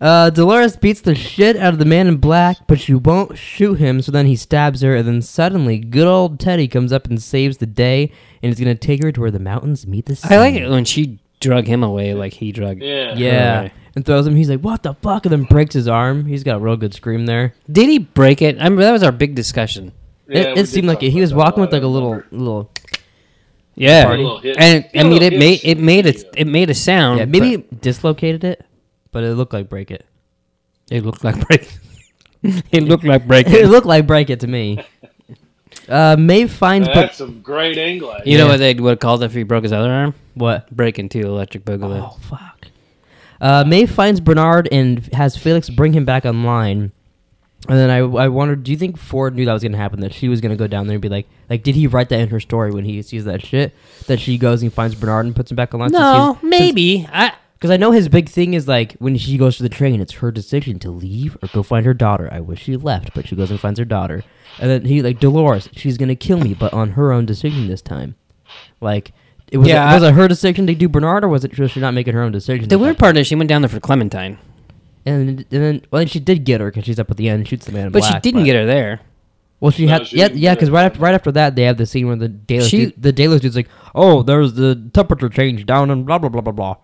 A: Uh, Dolores beats the shit out of the man in black, but she won't shoot him. So then he stabs her, and then suddenly, good old Teddy comes up and saves the day, and is gonna take her to where the mountains meet the sea.
C: I like it when she drug him away like he drugged.
B: Yeah.
A: Yeah,
C: Okay.
A: and throws him. He's like, "What the fuck?" And then breaks his arm. He's got a real good scream there.
C: Did he break it? I remember that was our big discussion.
B: Yeah,
A: it
B: we
A: it
B: did
A: seemed like
B: talk
A: it. He
B: about
A: was
B: that
A: walking with
B: lot,
A: like a
B: I
A: little,
B: remember.
A: little
C: Yeah,
B: Party. Little hits.
C: and I
B: Yeah,
C: mean it
B: little
C: made
B: hits
C: it
B: in
C: made
B: the
C: a it made a sound.
A: Yeah, maybe it dislocated it, but it looked like break it.
C: but it looked like break. it looked like break.
A: it looked like break it to me. Uh, May finds
B: Now,
A: but
B: that's some great angle.
C: You know what they would have called if he broke his other arm?
A: what?
C: Breaking two electric boogaloo.
A: Oh fuck! Uh, May finds Bernard and has Felix bring him back online. And then I, I wondered, do you think Ford knew that was gonna happen? That she was gonna go down there and be like, like, did he write that in her story when he sees that shit? That she goes and finds Bernard and puts him back online.
C: No, maybe. I
A: because I know his big thing is like when she goes to the train, it's her decision to leave or go find her daughter. I wish she left, but she goes and finds her daughter. And then he like Dolores, she's gonna kill me, but on her own decision this time. Like, it was
C: Yeah,
A: it, was
C: I-
A: it her decision to do Bernard, or was it just she not making her own decision?
C: the weird part is she went down there for Clementine,
A: And, and then, well, she did get her because she's up at the end, shoots the man. In
C: but she
A: black,
C: didn't get her there.
A: Well, she
B: No,
A: had,
B: she
A: yeah,
B: didn't
A: yeah,
B: get
A: because
B: her.
A: right after, right after that, they have the scene where the Dalos,
C: She-
A: dude, the Dalos dude's like, "Oh, there's the temperature change down and blah blah blah blah blah."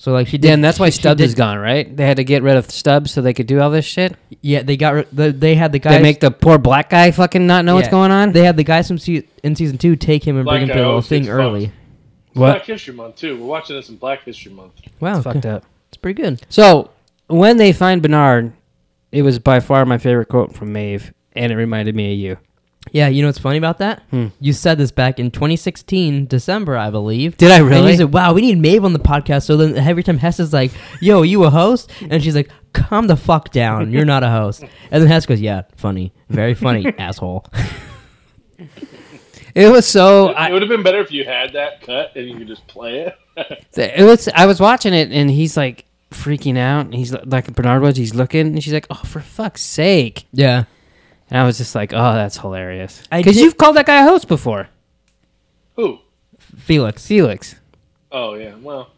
A: So like she did,
C: Yeah, and that's why
A: she- she
C: Stubbs
A: did-
C: is gone, right? They had to get rid of Stubbs so they could do all this shit.
A: Yeah, they got rid- the, they had the guys.
C: they make the poor black guy fucking not know what's
A: yeah,
C: going on.
A: They had the guys from se- in season two take him and
B: Black
A: bring him
B: guy
A: to the
B: always
A: thing
B: gets
A: early.
B: fucked. Black
C: what?
B: History Month too. We're watching this in Black History Month.
A: Wow,
C: Fucked up.
A: It's pretty good.
C: So when they find Bernard, it was by far my favorite quote from Maeve, and it reminded me of you.
A: Yeah, you know what's funny about that?
C: Hmm.
A: You said this back in 2016, December, I believe.
C: Did I
A: And
C: really?
A: you said, "Wow, we need Maeve on the podcast." So then every time Hess is like, "Yo, you a host?" and she's like, "Calm the fuck down, you're not a host." And then Hess goes, "Yeah, funny, very funny, asshole."
C: It was so.
B: it
C: I,
B: would have been better if you had that cut and you could just play it.
C: it was. I was watching it, and he's like freaking out. And he's like Bernard was. He's looking, and she's like, "Oh, for fuck's sake!"
A: Yeah,
C: And I was just like, "Oh, that's hilarious."
A: I
C: Because
A: did-
C: you've called that guy a host before,
B: Who?
A: Felix.
C: Felix.
B: Oh yeah. Well,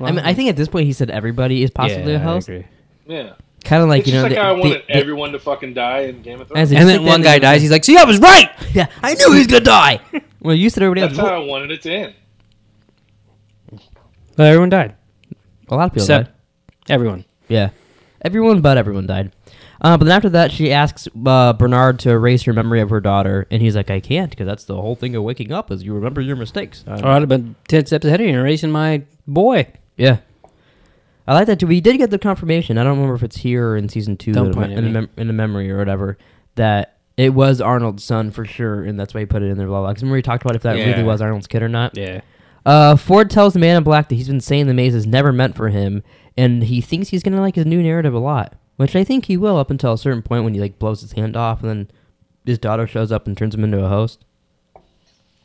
A: I mean, I think at this point he said everybody is possibly
C: Yeah,
A: a host.
C: I agree.
B: yeah.
A: Kind of like
B: It's
A: you know,
B: just
A: the-
B: like how I
A: the-
B: wanted
A: the-
B: everyone to fucking die in Game of
A: as
B: Thrones.
A: a-
C: And
A: you
C: then
A: sit
C: one
A: there
C: guy
A: and you're
C: dies. He's like, "See, I was right."
A: like, Yeah, I knew he was gonna die. well, you said everybody
B: That's
A: else.
B: how I wanted it to end.
C: But everyone died
A: a lot of people.
C: except
A: died.
C: everyone.
A: Yeah. Everyone but everyone died. Uh, but then after that, she asks uh, Bernard to erase her memory of her daughter, and he's like, "I can't, because that's the whole thing of waking up is you remember your mistakes." Uh,
C: Or I'd have been ten steps ahead of you and racing my boy.
A: Yeah, I like that too. We did get the confirmation. I don't remember if it's here or in season two,
C: Don't
A: in, a-
C: point
A: in,
C: at
A: a
C: me.
A: mem- in a memory or whatever, that it was Arnold's son for sure, and that's why he put it in there. Blah blah. Because remember we talked about if that
C: Yeah.
A: really was Arnold's kid or not.
C: Yeah.
A: Uh, Ford tells the man in black that he's been saying the maze is never meant for him, and he thinks he's gonna like his new narrative a lot, which I think he will up until a certain point when he like blows his hand off, and then his daughter shows up and turns him into a host.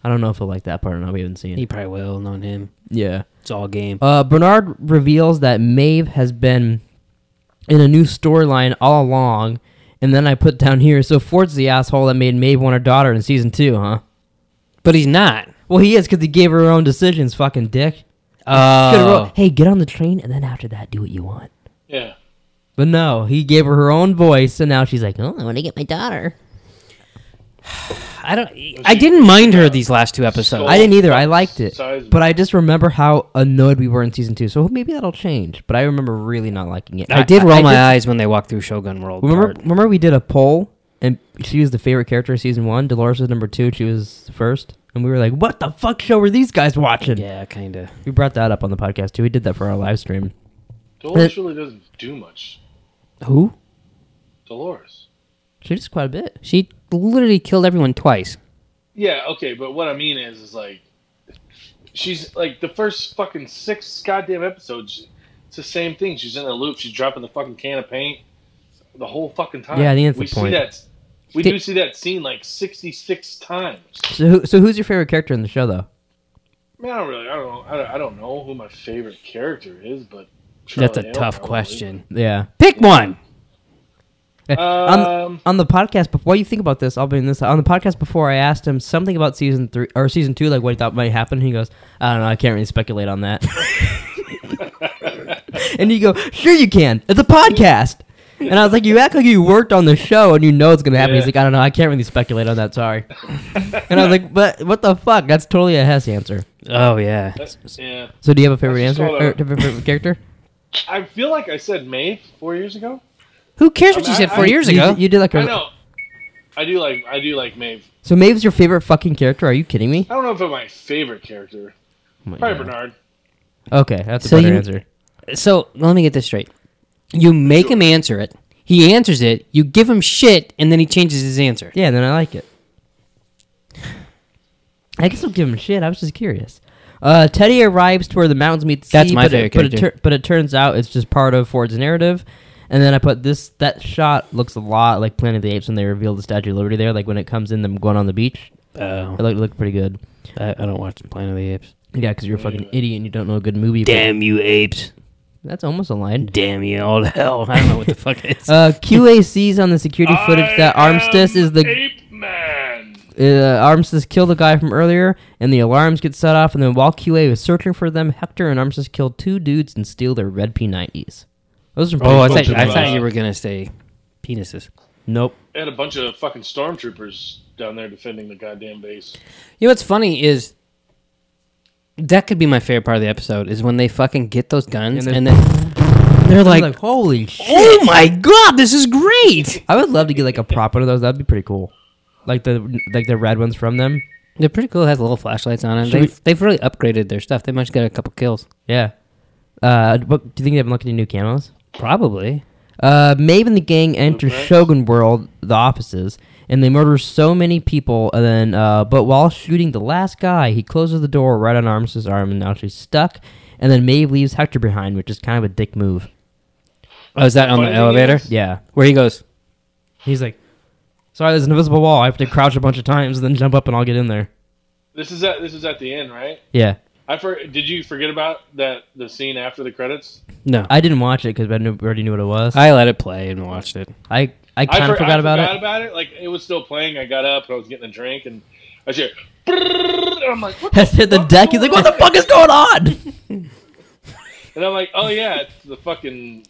A: I don't know if he'll like that part or not. We haven't seen.
C: He
A: it.
C: probably will known him.
A: yeah.
C: It's all game.
A: Uh, Bernard reveals that Maeve has been in a new storyline all along, and then I put down here. So Ford's the asshole that made Maeve want her daughter in season two, huh?
C: But he's not.
A: Well, he is because he gave her her own decisions. Fucking dick. Could've wrote,
C: Oh.
A: hey, get on the train, and then after that, do what you want.
B: Yeah.
A: But no, he gave her her own voice, and now she's like, oh, I want to get my daughter.
C: I don't. I didn't mind her these last two episodes.
A: I didn't either. I liked it,
B: Size-
A: but I just remember how annoyed we were in season two. So maybe that'll change. But I remember really not liking it.
C: I, did roll
A: I
C: my
A: did-
C: eyes when they walked through Shogun World.
A: Remember,
C: part.
A: remember we did a poll, and she was the favorite character of season one. Dolores was number two. She was first, and we were like, "What the fuck show were these guys watching?"
C: Yeah, kind of.
A: We brought that up on the podcast too. We did that for our live stream.
B: Dolores really doesn't do much.
C: Who?
B: Dolores.
A: She just quite a bit.
C: She literally killed everyone twice.
B: Yeah. Okay. But what I mean is, is like, she's like the first fucking six goddamn episodes. It's the same thing. She's in a loop. She's dropping the fucking can of paint the whole fucking time.
A: Yeah, I think that's
B: we
A: the point.
B: See that, we
C: Did-
B: do see that scene like sixty-six times.
A: So, who, so who's your favorite character in the show, though?
B: I, mean, I don't really. I don't know. I don't, I don't know who my favorite character is, but
C: That's a
B: Charlotte Hale,
C: tough
B: Oh, probably.
C: question.
A: Yeah.
C: Pick one.
A: on,
B: Um,
A: on the podcast, before you think about this, I'll bring this up. on the podcast before. I asked him something about season three or season two, like what he thought might happen. He goes, "I don't know. I can't really speculate on that." and you go, sure you can. It's a podcast. And I was like, you act like you worked on the show and you know it's gonna happen. He's
B: Yeah.
A: like, I don't know, I can't really speculate on that. Sorry. and I was like, but what the fuck? That's totally a Hess answer.
C: Oh yeah.
B: yeah.
A: So do you have a favorite
B: That's
A: answer
B: just all
A: or
B: that-
A: favorite character?
B: I feel like I said Maeve four years ago.
C: Who cares what
B: I-
C: you said
B: I-
C: four years
A: You-
C: ago?
A: you, did like
B: I
A: a.
B: know. I do like I do like Maeve.
A: So Maeve's your favorite fucking character? Are you kidding me?
B: I don't know if it's my favorite character.
A: Oh my
B: Probably
A: God.
B: Bernard.
A: Okay, that's
C: So
A: a better
C: you-
A: answer.
C: So let me get this straight. You make him answer it. He answers it. You give him shit, and then he changes his answer.
A: Yeah, then I like it. I guess I'll give him shit. I was just curious. Uh, Teddy arrives to where the mountains meet the
C: That's
A: sea,
C: my
A: but
C: favorite
A: it, but, it
C: character.
A: tur- but it turns out it's just part of Ford's narrative. And then I put this. That shot looks a lot like Planet of the Apes when they reveal the Statue of Liberty there. Like when it comes in, them going on the beach.
C: Oh,
A: It looked, looked pretty good.
C: I, I don't watch Planet of the Apes.
A: Yeah, because you're a fucking idiot and you don't know a good movie. but-
C: Damn you, apes!
A: that's almost a line.
C: Damn you, all hell! I don't know what the fuck it is.
A: Uh, QA sees on the security footage that
B: I
A: Armistice
B: am
A: is the
B: ape man.
A: uh, Armistice killed the guy from earlier, and the alarms get set off. And then while QA was searching for them, Hector and Armistice kill two dudes and steal their red P90s. Those are
C: oh, I
A: pretty cool
C: thought, I
A: pictures.
C: thought you were gonna say penises.
A: nope.
B: They had a bunch of fucking stormtroopers down there defending the goddamn base.
C: You know what's funny is that could be my favorite part of the episode is when they fucking get those guns
A: And
C: and, then they're
A: I was
C: like,
A: like, holy shit!
C: "Oh my god, this is great!"
A: I would love to get like a prop one of those. That'd be pretty cool. Like the like the red ones from them.
C: They're pretty cool. It has little flashlights on it.
A: Should
C: They've, they've really upgraded their stuff. They must get a couple kills,
A: Yeah. Uh, what, do you think they haven't looked at any new camos?
C: probably.
A: Uh, Maeve and the gang enter
B: Okay.
A: Shogun World, the offices, and they murder so many people. And then, uh, but while shooting the last guy, he closes the door right on Armistice's arm, and now she's stuck. And then Maeve leaves Hector behind, which is kind of a dick move.
C: Oh, is that on the
B: Funny thing
C: elevator?
B: is-
A: Yeah,
C: Where he goes?
A: he's like, "Sorry, there's an invisible wall. I have to crouch a bunch of times, and then jump up, and I'll get in there."
B: This is at this is at the end, right?
A: Yeah,
B: I for, did you forget about that the scene after the credits?
C: No, I,
A: I didn't watch it because I knew, already knew what it was. I
C: let it play and watched it.
A: I, I kind of
B: for-
A: forgot about
B: forgot
A: it.
B: about it. Like it was still playing. I got up and I was getting a drink and I just hear, "Brrrr," and I'm like, what the
A: Has hit the
B: fuck's
A: deck. He's like,
B: going
A: "What the
B: on?"
A: fuck is going on?"
B: And I'm like, oh yeah, it's the fucking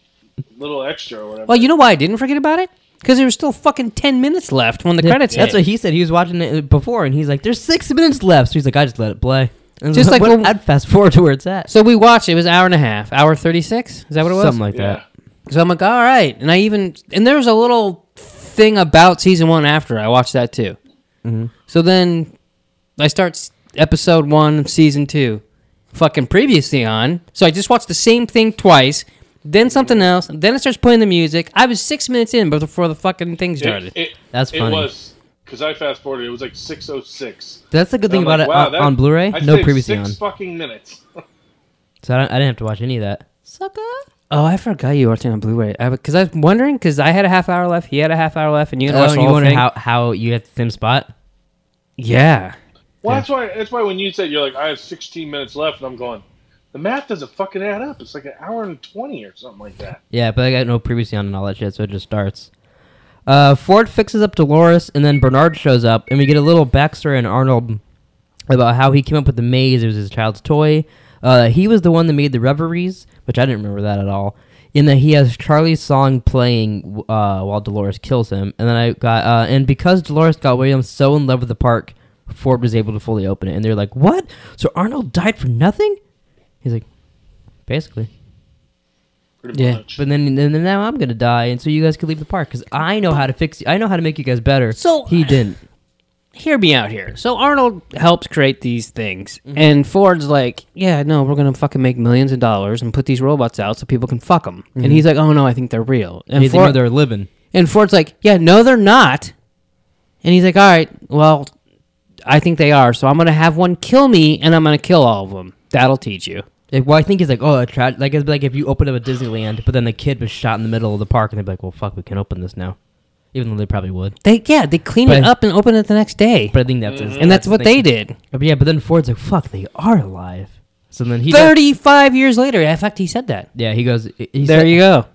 B: little extra or whatever.
C: Well, you know why I didn't forget about it? Because there was still fucking ten minutes left when the
A: Yeah,
C: credits
A: That's
C: hit.
A: what he said. He was watching it before, and he's like, "There's six minutes left." So he's like, "I just let it play." And
C: Just like
A: when,
C: when-
A: I'd fast forward to where it's at.
C: so we watched. It It was an hour and a half, hour thirty six. Is that what it was?
A: Something like
B: yeah.
A: that.
C: So I'm like, all right. And I even and there was a little thing about season one after I watched that too.
A: Mm-hmm.
C: So then I start s- episode one of season two, fucking previously on. So I just watched the same thing twice, then something else, and then it starts playing the music. I was six minutes in before the fucking thing started.
B: It, it,
A: That's
B: it
A: funny.
B: was because I fast forwarded. It was like 6:06.
A: That's the good thing
B: I'm
A: about
B: like,
A: it
B: wow,
A: on,
B: that-
A: on Blu-ray.
B: I
A: no
B: saved
A: previously
B: six
A: on,
B: fucking minutes.
A: so I, don't, I didn't have to watch any of that. Sucker.
C: oh, I forgot you watching on Blu-ray because I, was wondering because I had a half hour left, he had a half hour left, and you had to watch
A: Oh,
C: the
A: you
C: whole
A: wonder
C: thing.
A: how how you had the same spot?
C: yeah.
B: Well, that's why. That's why when you said you're like, I have 16 minutes left, and I'm going, the math doesn't fucking add up. It's like an hour and 20 or something like that.
A: Yeah, but I got no previously on and all that shit, so it just starts. Uh, Ford fixes up Dolores, and then Bernard shows up, and we get a little backstory on Arnold about how he came up with the maze. It was his child's toy. Uh, he was the one that made the reveries, which I didn't remember that at all. In that he has Charlie's song playing w- uh, while Dolores kills him, and then I got uh, and because Dolores got William so in love with the park, Ford was able to fully open it, and they're like, "What? So Arnold died for nothing?" He's like, "Basically."
B: Pretty
C: Yeah.
B: much.
A: But then, then, then now I'm gonna die, and so you guys can leave the park because I know how to fix. I know how to make you guys better.
C: So-
A: he didn't.
C: hear me out here. So Arnold helps create these things,
A: Mm-hmm.
C: and Ford's like, "Yeah, no, we're gonna fucking make millions of dollars and put these robots out so people can fuck them." And he's like, "Oh no, I think they're real." And,
A: Mm-hmm. They
C: Ford,
A: know they're living.
C: and Ford's like, "Yeah, no, they're not." And he's like, "All right, well, I think they are, so I'm gonna have one kill me, and I'm gonna kill all of them. That'll teach you."
A: Like, well, I think he's like, oh, a tra- like it's like if you open up a Disneyland, but then the kid was shot in the middle of the park, and they'd be like, well, fuck, we can open this now, even though they probably would.
C: They yeah, they clean
A: But-
C: it up and open it the next day,
A: But I think that's his-
C: and that's what
A: the
C: they
A: thing.
C: did.
A: But yeah, but then Ford's like, fuck, they are alive. So then he does-
C: Thirty-five years later, in fact, he said that.
A: yeah, he goes. He
C: There
A: said-
C: you go.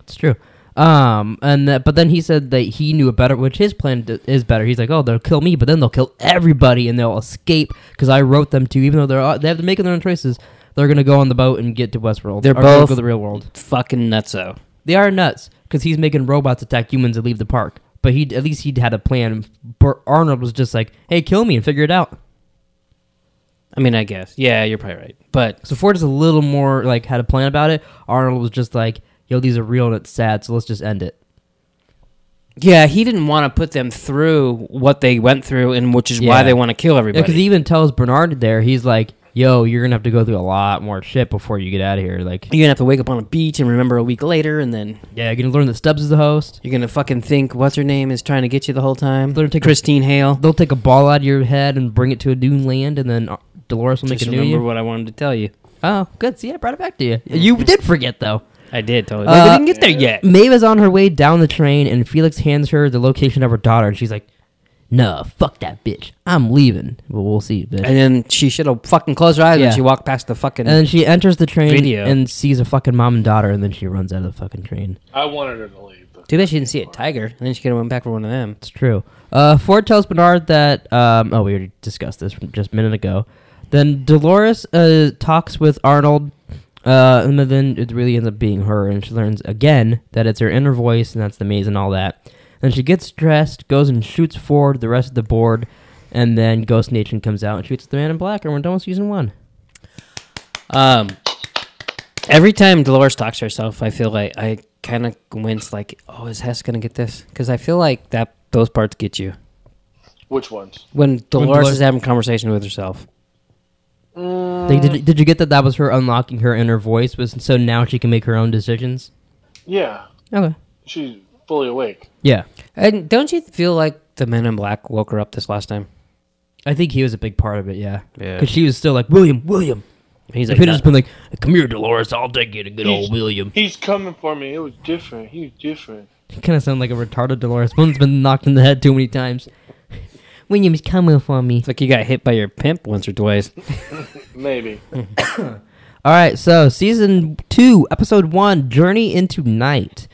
A: It's true. Um, and that, but then he said that he knew it better, which his plan d- is better. He's like, oh, they'll kill me, but then they'll kill everybody and they'll escape because I wrote them to, even though they're all- they have to make their own choices. they're gonna go on the boat and get to Westworld.
C: They're
A: or go
C: both-
A: to the real world.
C: Fucking nutso.
A: They are nuts because he's making robots attack humans and leave the park. But he at least he had a plan. Bur- Arnold was just like, "Hey, kill me and figure it out."
C: I mean, I guess. Yeah, you're probably right. But
A: So Ford is a little more like had a plan about it. Arnold was just like, "Yo, these are real and it's sad, so let's just end it."
C: yeah, he didn't want to put them through what they went through, and which is
A: Yeah.
C: why they want to kill
A: Yeah, because
C: everybody.
A: he even tells Bernard there, he's like, "Yo, you're gonna have to go through a lot more shit before you get out of here." Like,
C: you're gonna have to wake up on a beach and remember a week later, and then
A: yeah, you're gonna learn that Stubbs is the host.
C: you're gonna fucking think what's her name is trying to get you the whole time.
A: They're gonna take a-
C: Christine Hale.
A: They'll take a ball out of your head and bring it to a new land, and then uh, Dolores will make
C: Just
A: a new
C: remember
A: you.
C: what I wanted to tell you.
A: Oh, good. See, I brought it back to you. You did forget though.
C: I did totally.
A: Uh,
C: Like, we didn't get there yet.
A: Maeve is on her way down the train, and Felix hands her the location of her daughter, and she's like, "Nah, fuck that bitch. I'm leaving." Well, we'll see, bitch.
C: And then she should have fucking closed her eyes
A: Yeah.
C: when she walked past the fucking.
A: And then she enters the train
C: Video.
A: and sees a fucking mom and daughter, and then she runs out of the fucking train.
B: I wanted her to leave, but
C: Too bad she didn't see a tiger. And then she could have went back for one of them.
A: It's true. Uh, Ford tells Bernard that. Um, oh, we already discussed this from just a minute ago. Then Dolores uh, talks with Arnold, uh, and then it really ends up being her, and she learns again that it's her inner voice, and that's the maze and all that. Then she gets dressed, goes and shoots Ford, the rest of the board, and then Ghost Nation comes out and shoots the man in black, and we're done with season one.
C: Um, every time Dolores talks to herself, I feel like I kind of wince, like, oh, is Hess gonna get this? Because I feel like that those parts get you
B: which ones?
C: when Dolores,
A: Dolores-
C: is having a conversation with herself.
A: Like, did, did you get that that was her unlocking her inner voice, was so now she can make her own decisions?
B: Yeah,
A: Okay.
B: she's fully awake.
A: Yeah.
C: And don't you feel like the Men in Black woke her up this last time?
A: I think he was a big part of it, yeah.
C: Yeah.
A: Because she was still like, William, William.
C: He's
A: They
C: like,
A: could have
C: "Nah."
A: just been like, "Uh, come here, Dolores, I'll take you to good old William.
B: He's coming for me. It was different. He was different.
A: kind of sound like a retarded Dolores. One's been knocked in the head too many times. William's coming for me.
C: It's like you got hit by your pimp once or twice.
B: Maybe.
A: All right, so season two, episode one, Journey into Night.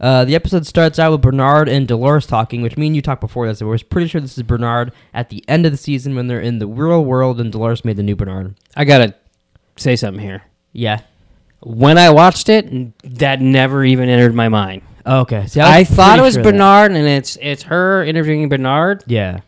A: Uh, the episode starts out with Bernard and Dolores talking, which me and you talked before this. I was pretty sure this is Bernard at the end of the season when they're in the real world and Dolores made the new Bernard.
C: I gotta say something here.
A: Yeah.
C: When I watched it, n- that never even entered my mind.
A: Oh, Okay. See,
C: I,
A: was
C: thought
A: pretty
C: it was
A: sure of that.
C: Bernard, and it's it's her interviewing Bernard,
A: Yeah.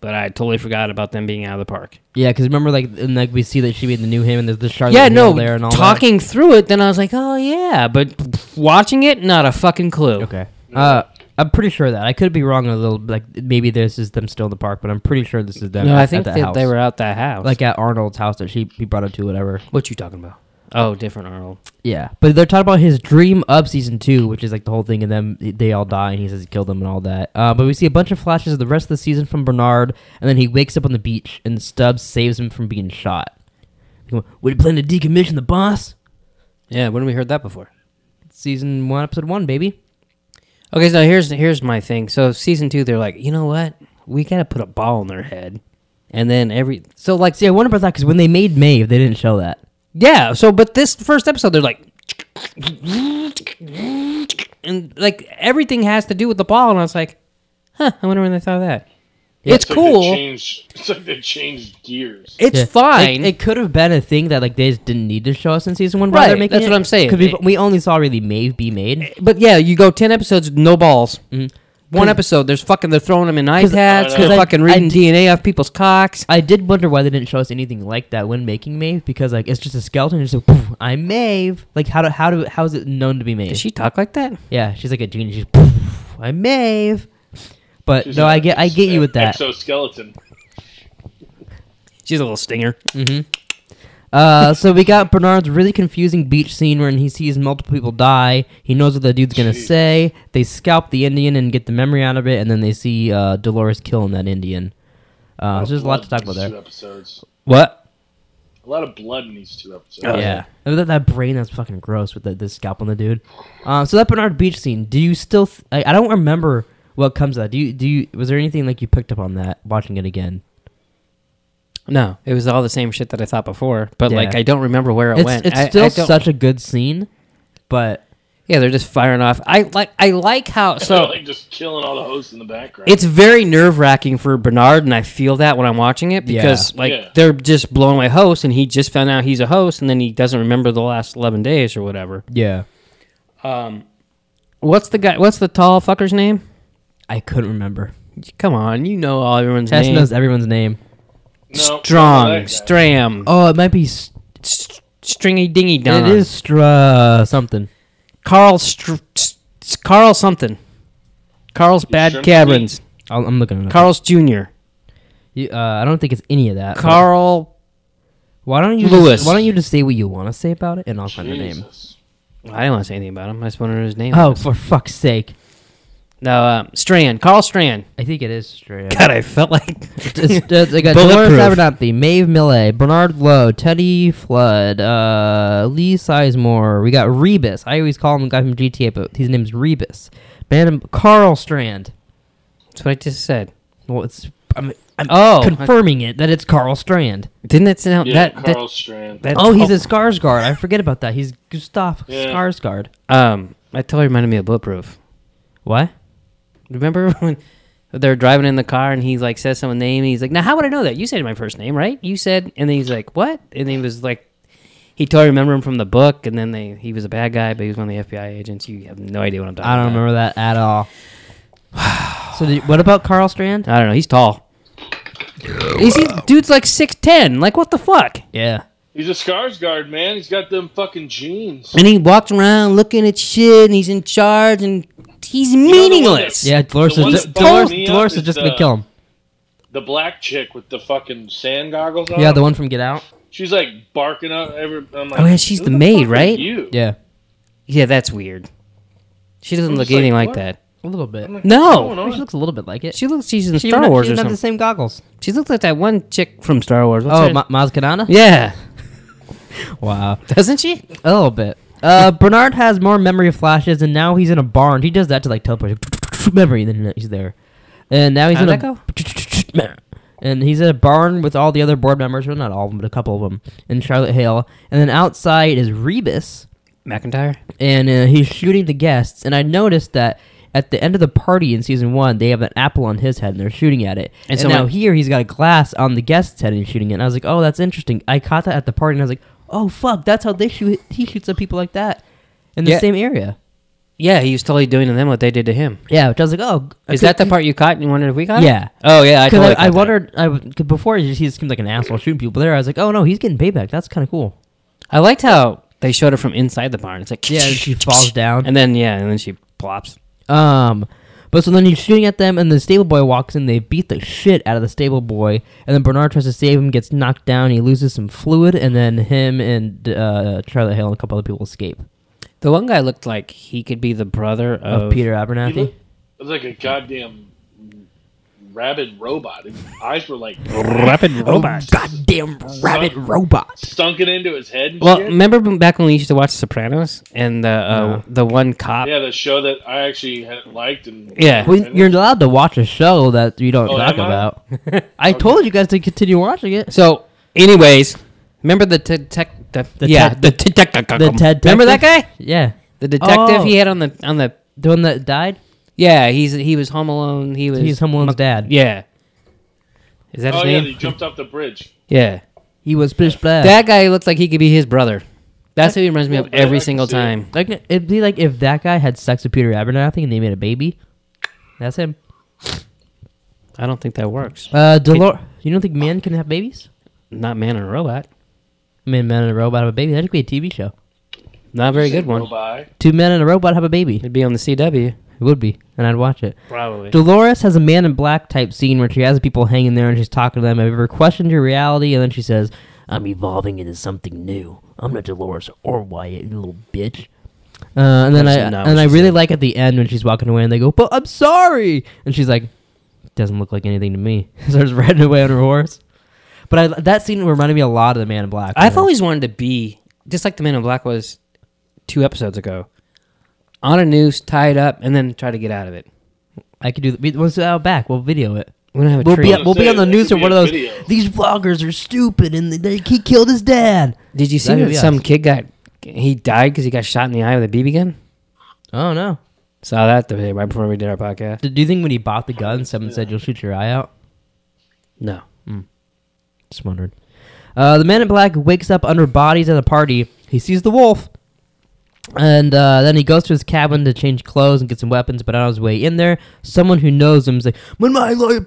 C: but I totally forgot about them being out of the park.
A: Yeah, because remember, like, and, like we see that she made the new him, and there's the Charlotte
C: yeah,
A: Hill
C: no,
A: there and all that.
C: talking through it, then I was like, oh yeah, but watching it, not a fucking clue.
A: Okay, uh, I'm pretty sure of that I could be wrong a little. Like, maybe this is them still in the park, but I'm pretty sure this is them.
C: No,
A: at,
C: I
A: at
C: think
A: that
C: that
A: house.
C: they were out that house.
A: like at Arnold's house that she he brought her to, whatever.
C: what you talking about? Oh, different Arnold.
A: Yeah, but they're talking about his dream of season two, which is like the whole thing, and then they all die, and he says he killed them and all that. Uh, but we see a bunch of flashes of the rest of the season from Bernard, and then he wakes up on the beach, and Stubbs saves him from being shot. Would you plan to decommission the boss?
C: Yeah, when we heard that before.
A: Season one, episode one, baby.
C: Okay, so here's here's my thing. So season two, they're like, you know what? We gotta put a ball in their head, and then every so like
A: See, I wonder about that because when they made Maeve, they didn't show that.
C: Yeah. So, but this first episode, they're like, and like everything has to do with the ball, and I was like, huh, I wonder when they thought of that. it's
B: It's like they
C: cool.
B: changed- it's like they changed gears.
C: it's
A: Yeah.
C: fine.
A: It, it could have been a thing that like they just didn't need to show us in season one.
C: Right,
A: Right, making
C: that's
A: it.
C: what I'm saying.
A: 'Cause we,
C: It-
A: we only saw really Maeve be made.
C: but yeah, you go ten episodes, no balls. One
A: Mm-hmm. 'Cause-
C: episode, there's fucking they're throwing them in
B: I
C: iPads,
B: know.
C: they're
A: 'Cause I-
C: fucking
A: I
C: reading
A: d-
C: DNA off people's cocks.
A: I did wonder why they didn't show us anything like that when making Maeve because like it's just a skeleton. It's just like "Poof, I'm Maeve. Like how do how do how is it known to be Maeve?
C: Does she talk like that?
A: yeah, she's like a genie. She's "Poof, I'm Maeve. But
B: She's
A: no,
B: like
A: I get I get you with that. Oh,
B: Exoskeleton.
C: She's a little stinger.
A: Uh, so we got Bernard's really confusing beach scene where he sees multiple people die. He knows what the dude's gonna
B: Jeez.
A: say. They scalp the Indian and get the memory out of it, and then they see uh, Dolores killing that Indian. Uh, so there's a lot to talk about
B: These Two
A: there.
B: episodes.
C: What?
B: A lot of blood in these two episodes.
C: Oh,
A: yeah, And that, that brain that's fucking gross with the, the scalp on the dude. Uh, so that Bernard beach scene. Do you still? Th- I, I don't remember what comes of that. Do you? Do you? Was there anything like you picked up on that watching it again?
C: No, it was all the same shit that I thought before, but
A: Yeah.
C: like I don't remember where it
A: It's
C: went.
A: it's
C: I-
A: still
C: I don't-
A: such a good scene, but
C: Yeah, they're just firing off. I like I like how
B: So
C: so
B: like just killing all the hosts in the background.
C: it's very nerve wracking for Bernard, and I feel that when I'm watching it because like
B: Yeah.
C: they're just blown away hosts, and he just found out he's a host, and then he doesn't remember the last eleven days or whatever.
A: Yeah.
C: Um, What's the guy? What's the tall fucker's name?
A: I couldn't remember.
C: Come on, you know all everyone's
A: Tess
C: name.
A: knows everyone's name.
B: No, not
C: Strong,
B: that guy.
C: Stram,
A: Oh, it might be. s
C: st- Stringy Dingy Don.
A: It is Stra something.
C: Carl Str- s- s- Carl something. Carl's Bad
B: shrimp
C: Caverns.
A: I'll, I'm looking it up.
C: Carl's Jr.
A: You- uh, I don't think it's any of that. but-
C: Carl.
A: Why don't you
C: Lewis.
A: Just, why don't you just say what you want to say about it, and I'll find the name.
B: Jesus.
C: I didn't want to say anything about him. I just wanted to know his name.
A: Oh, for fuck's sake!
C: No, uh, Strand. Carl Strand.
A: I think it is straight.
C: God, I felt like.
A: it's, it's, I got Dolores
C: Bulletproof.
A: Abernathy, Maeve Millet, Bernard Lowe, Teddy Flood, uh, Lee Sizemore. We got Rebus. I always call him the guy from GTA, but his name's Rebus. Man, Carl Strand.
C: That's what I just said.
A: Well, it's I'm, I'm
C: Oh,
A: confirming it that it's Carl Strand.
C: Didn't that sound
B: Yeah,
C: that?
B: Carl Strand.
C: that-
A: Oh, he's a Skarsgård. I forget about that. He's Gustav
B: Yeah.
A: Skarsgård.
C: Um, that totally reminded me of Bulletproof.
A: What?
C: Remember when they're driving in the car and he like says someone's name and he's like, "Now how would I know that? You said my first name, right? You said," and then he's like, "What?" And he was like, he totally remember him from the book, and then they he was a bad guy, but he was one of the FBI agents. You have no idea what I'm talking.
A: I don't
C: about.
A: remember that at all. so, did, what about Carl Strand?
C: I don't know. He's tall. He's, he's- dude's like six ten. Like what the fuck?
A: Yeah.
B: He's a Skarsgård, man. He's got them fucking jeans.
C: And he walks around looking at shit, and he's in charge, and he's meaningless.
A: Yeah, Dolores,
B: The one
A: is,
B: that
A: Dolores,
B: bugged me up
A: Dolores is
B: is uh,
A: just
B: the-
A: going to kill him.
B: The black chick with the fucking sand goggles on.
A: Yeah, the one from Get Out.
B: She's like barking out every. I'm like,
C: Oh, yeah, she's
B: "Who
C: the
B: fuck
C: maid,
B: are
C: right?
B: You.
A: Yeah.
C: Yeah, that's weird. She doesn't
B: I'm
C: look
B: just like,
C: anything like,
B: what?
C: that.
A: A little
B: Oh
A: bit. She
C: No.
B: What's going on?
A: looks a little bit like it.
C: She looks. She's in
A: She
C: Star
A: even-
C: Wars
A: she
C: or
A: even have
C: something.
A: the same goggles.
C: She looks like that one chick from Star Wars. What's
A: Oh,
C: her-
A: Ma- Maz Kanata?
C: yeah,
A: Wow.
C: doesn't she?
A: A little bit. Uh, Bernard has more memory flashes, and now he's in a barn. He does that to like teleport memory, and then he's there. And now he's
C: How'd
A: in
C: that go?
A: a and he's in a barn with all the other board members. Well, not all of them, but a couple of them. And Charlotte Hale, and then outside is Rebus,
C: McIntyre.
A: and uh, he's shooting the guests. And I noticed that at the end of the party in season one, they have an apple on his head and they're shooting at it. And,
C: And someone-
A: now here, he's got a glass on the guest's head and he's shooting it. And I was like, oh, that's interesting. I caught that at the party and I was like, oh fuck, that's how they shoot. He shoots at people like that in the
C: Yeah.
A: same area.
C: Yeah, he was totally doing to them what they did to him.
A: Yeah, which I was like, oh,
C: Is that the part you caught and you wondered if we got? it?
A: Yeah.
C: Oh yeah, I
A: Because
C: totally.
A: I, I
C: caught that.
A: wondered, I w- 'cause before he just- he seemed like an asshole shooting people there. I was like, oh no, he's getting payback. That's kind of cool.
C: I liked how they showed her from inside the barn. It's like
A: Yeah, and she falls down.
C: and then yeah, and then she plops.
A: Um, but so then he's shooting at them, and the stable boy walks in. They beat the shit out of the stable boy, and then Bernard tries to save him, gets knocked down. He loses some fluid, and then him and uh, Charlotte Hale and a couple other people escape.
C: The one guy looked like he could be the brother of,
A: Of Peter
B: He
A: Abernathy.
B: looked- it was like a goddamn rabid robot. His eyes were like
C: Rapid Robot.
A: Goddamn rabbit robot!
B: stunken into his head. And
C: Well,
B: shit.
C: remember back when we used to watch Sopranos and the uh, the one cop.
B: yeah, the show that I actually had liked and
C: Yeah.
A: Well, you're allowed to watch a show that you don't
B: Oh,
A: talk
B: am I?
A: about. I told you guys to continue watching it.
C: So, anyways, remember the te- tech. The,
A: The
C: yeah,
A: tech-
C: the detective.
A: The Ted.
C: Remember that
A: Detective?
C: guy?
A: Yeah,
C: The detective
A: Oh.
C: he had on the on the.
A: the one that died.
C: Yeah, he's he was home alone. He was
A: He's Home Alone's dad.
C: Yeah. Is that
B: Oh
C: his
B: yeah, he
C: name?
B: jumped off the bridge.
C: Yeah.
A: He was splish splash.
C: That guy looked like he could be his brother. That's who he reminds me of
B: Well, I
C: every
B: can
C: single
B: see it.
C: time.
A: Like it'd be like if that guy had sex with Peter Abernathy and they made a baby. That's him.
C: I don't think that works.
A: Uh, Delor, you don't think men can have babies?
C: Not man and a robot.
A: I mean, men and a robot have a baby. That could be a TV show.
C: Not a very good one.
B: Robot.
A: Two men and a robot have a baby.
C: It'd be on the CW.
A: It would be, and I'd watch it.
C: Probably.
A: Dolores has a man in black type scene where she has people hanging there and she's talking to them. Have you ever questioned your reality? And then she says, "I'm evolving into something new. I'm not Dolores or Wyatt, you little bitch." Uh, and then
C: That's
A: I
C: not
A: and
C: what
A: I
C: she
A: really
C: said.
A: like at the end when she's walking away and they go, "But I'm sorry," and she's like, "Doesn't look like anything to me." Starts riding away on her horse. But I, that scene reminded me a lot of the Man in Black.
C: I've
A: where-
C: always wanted to be just like the Man in Black was two episodes ago, on a noose, tied up, and then try to get out of it.
A: I could do. The, we- we'll do out back. We'll video it.
C: We don't have a
A: We'll
C: tree.
A: be
B: I was
A: we'll be
B: gonna
A: on the
B: say, that
A: news
B: could
A: or
B: be
A: one
B: a
A: of those.
B: video.
A: These vloggers are stupid, and they, they, he killed his dad.
C: Did you see
A: That'd
C: that
A: be
C: some
A: us.
C: kid got he died because he got shot in the eye with a BB gun?
A: Oh no.
C: Saw that today right before we did our podcast.
A: Do do you think when he bought the gun, someone said you'll shoot your eye out?
C: No.
A: Just wondered. Uh, the man in black wakes up under bodies at a party. He sees the wolf. And uh, then he goes to his cabin to change clothes and get some weapons, but on his way in there, someone who knows him is like, "When my lawyer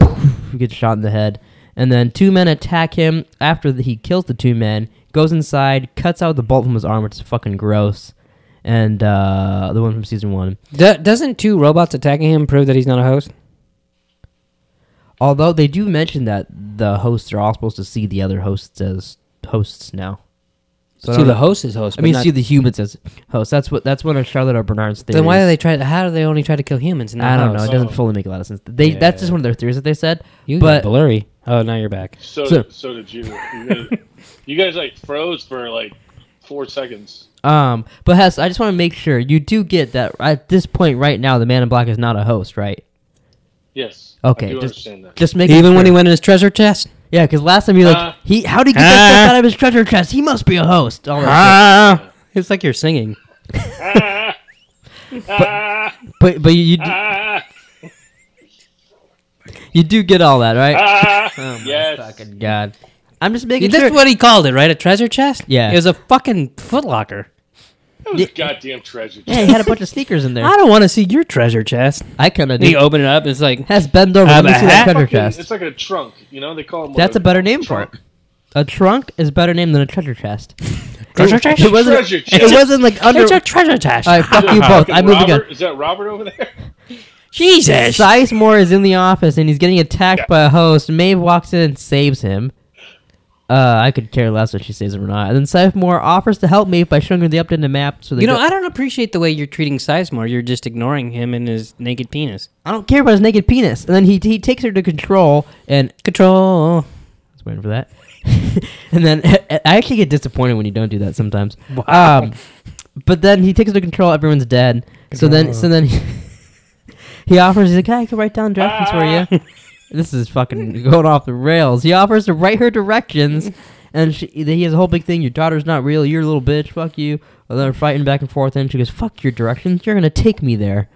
A: gets shot in the head. And then two men attack him after he kills the two men, goes inside, cuts out the bolt from his arm, which is fucking gross. And uh, the one from season one.
C: Do- doesn't two robots attacking him prove that he's not a host?
A: Although they do mention that the hosts are all supposed to see the other hosts as hosts now. So I
C: see,
A: don't-
C: the host is host.
A: I mean,
C: but not-
A: see the humans as hosts. That's what. That's one of Charlotte or Bernard's theories.
C: then why do they try? How do they only try to kill humans? And not
A: I don't know.
C: hosts?
A: It doesn't fully make a lot of sense. They. That's just one of their theories that they said.
C: You
A: but
C: but blurry. Oh, now you're back.
B: So
A: So-
B: so, did you. You guys, you guys like froze for like four seconds.
A: um, but Hess, I just want to make sure you do get that at this point right now, the Man in Black is not a host, right?
B: Yes. I
A: Okay,
B: do
A: just
B: understand that.
A: just make
C: Even when he went in his treasure chest.
A: yeah, because last time you like
B: Uh,
A: he how did he get that
C: Ah.
A: stuff out of his treasure chest? He must be a host. All that shit.
C: Ah, it's like you're singing.
B: ah, ah,
A: but but you you do,
B: ah,
A: you do get all that right?
B: ah.
A: Oh my
B: yes.
A: fucking god! I'm just making
C: That's
A: sure.
C: what he called it, right? A treasure chest.
A: Yeah.
C: it was a fucking footlocker.
B: That was a goddamn treasure.
A: yeah, he had a bunch of sneakers in there.
C: I don't want to see your treasure chest.
A: I kind of
C: And he
A: do.
C: opened it up. It's like
A: Has bend over.
C: Have
A: Let me
C: a
A: see that
C: hat?
A: treasure
B: Fucking-
A: chest.
B: It's like a trunk, you know. They call them.
A: That's
B: what,
A: a better name for it. A trunk is a better name than a treasure chest.
C: treasure chest.
A: It wasn't.
B: Treasure chest.
A: It wasn't like under.
C: It's a treasure chest.
A: All right, fuck you both.
B: Fucking
A: I'm moving
B: Robert,
A: on.
B: Is that Robert over there?
C: Jesus.
A: Sizemore is in the office and he's getting attacked by a host. Maeve walks in and saves him. Uh, I could care less if she saves him or not. And then Sizemore offers to help Maeve by showing her the updated map. So they
C: You know,
A: go-
C: I don't appreciate the way you're treating Sizemore. You're just ignoring him and his naked penis.
A: I don't care about his naked penis. And then he he takes her to control and
C: Control.
A: was waiting for that. and then I actually get disappointed when you don't do that sometimes.
C: Wow.
A: Um, but then he takes under control. Everyone's dead. So then, so then he, he offers. He's like, "Hey, "I can write down directions for you." this is fucking going off the rails. He offers to write her directions, and she, he has a whole big thing. Your daughter's not real. You're a little bitch. Fuck you. And they're fighting back and forth, and she goes, "Fuck your directions. You're gonna take me there."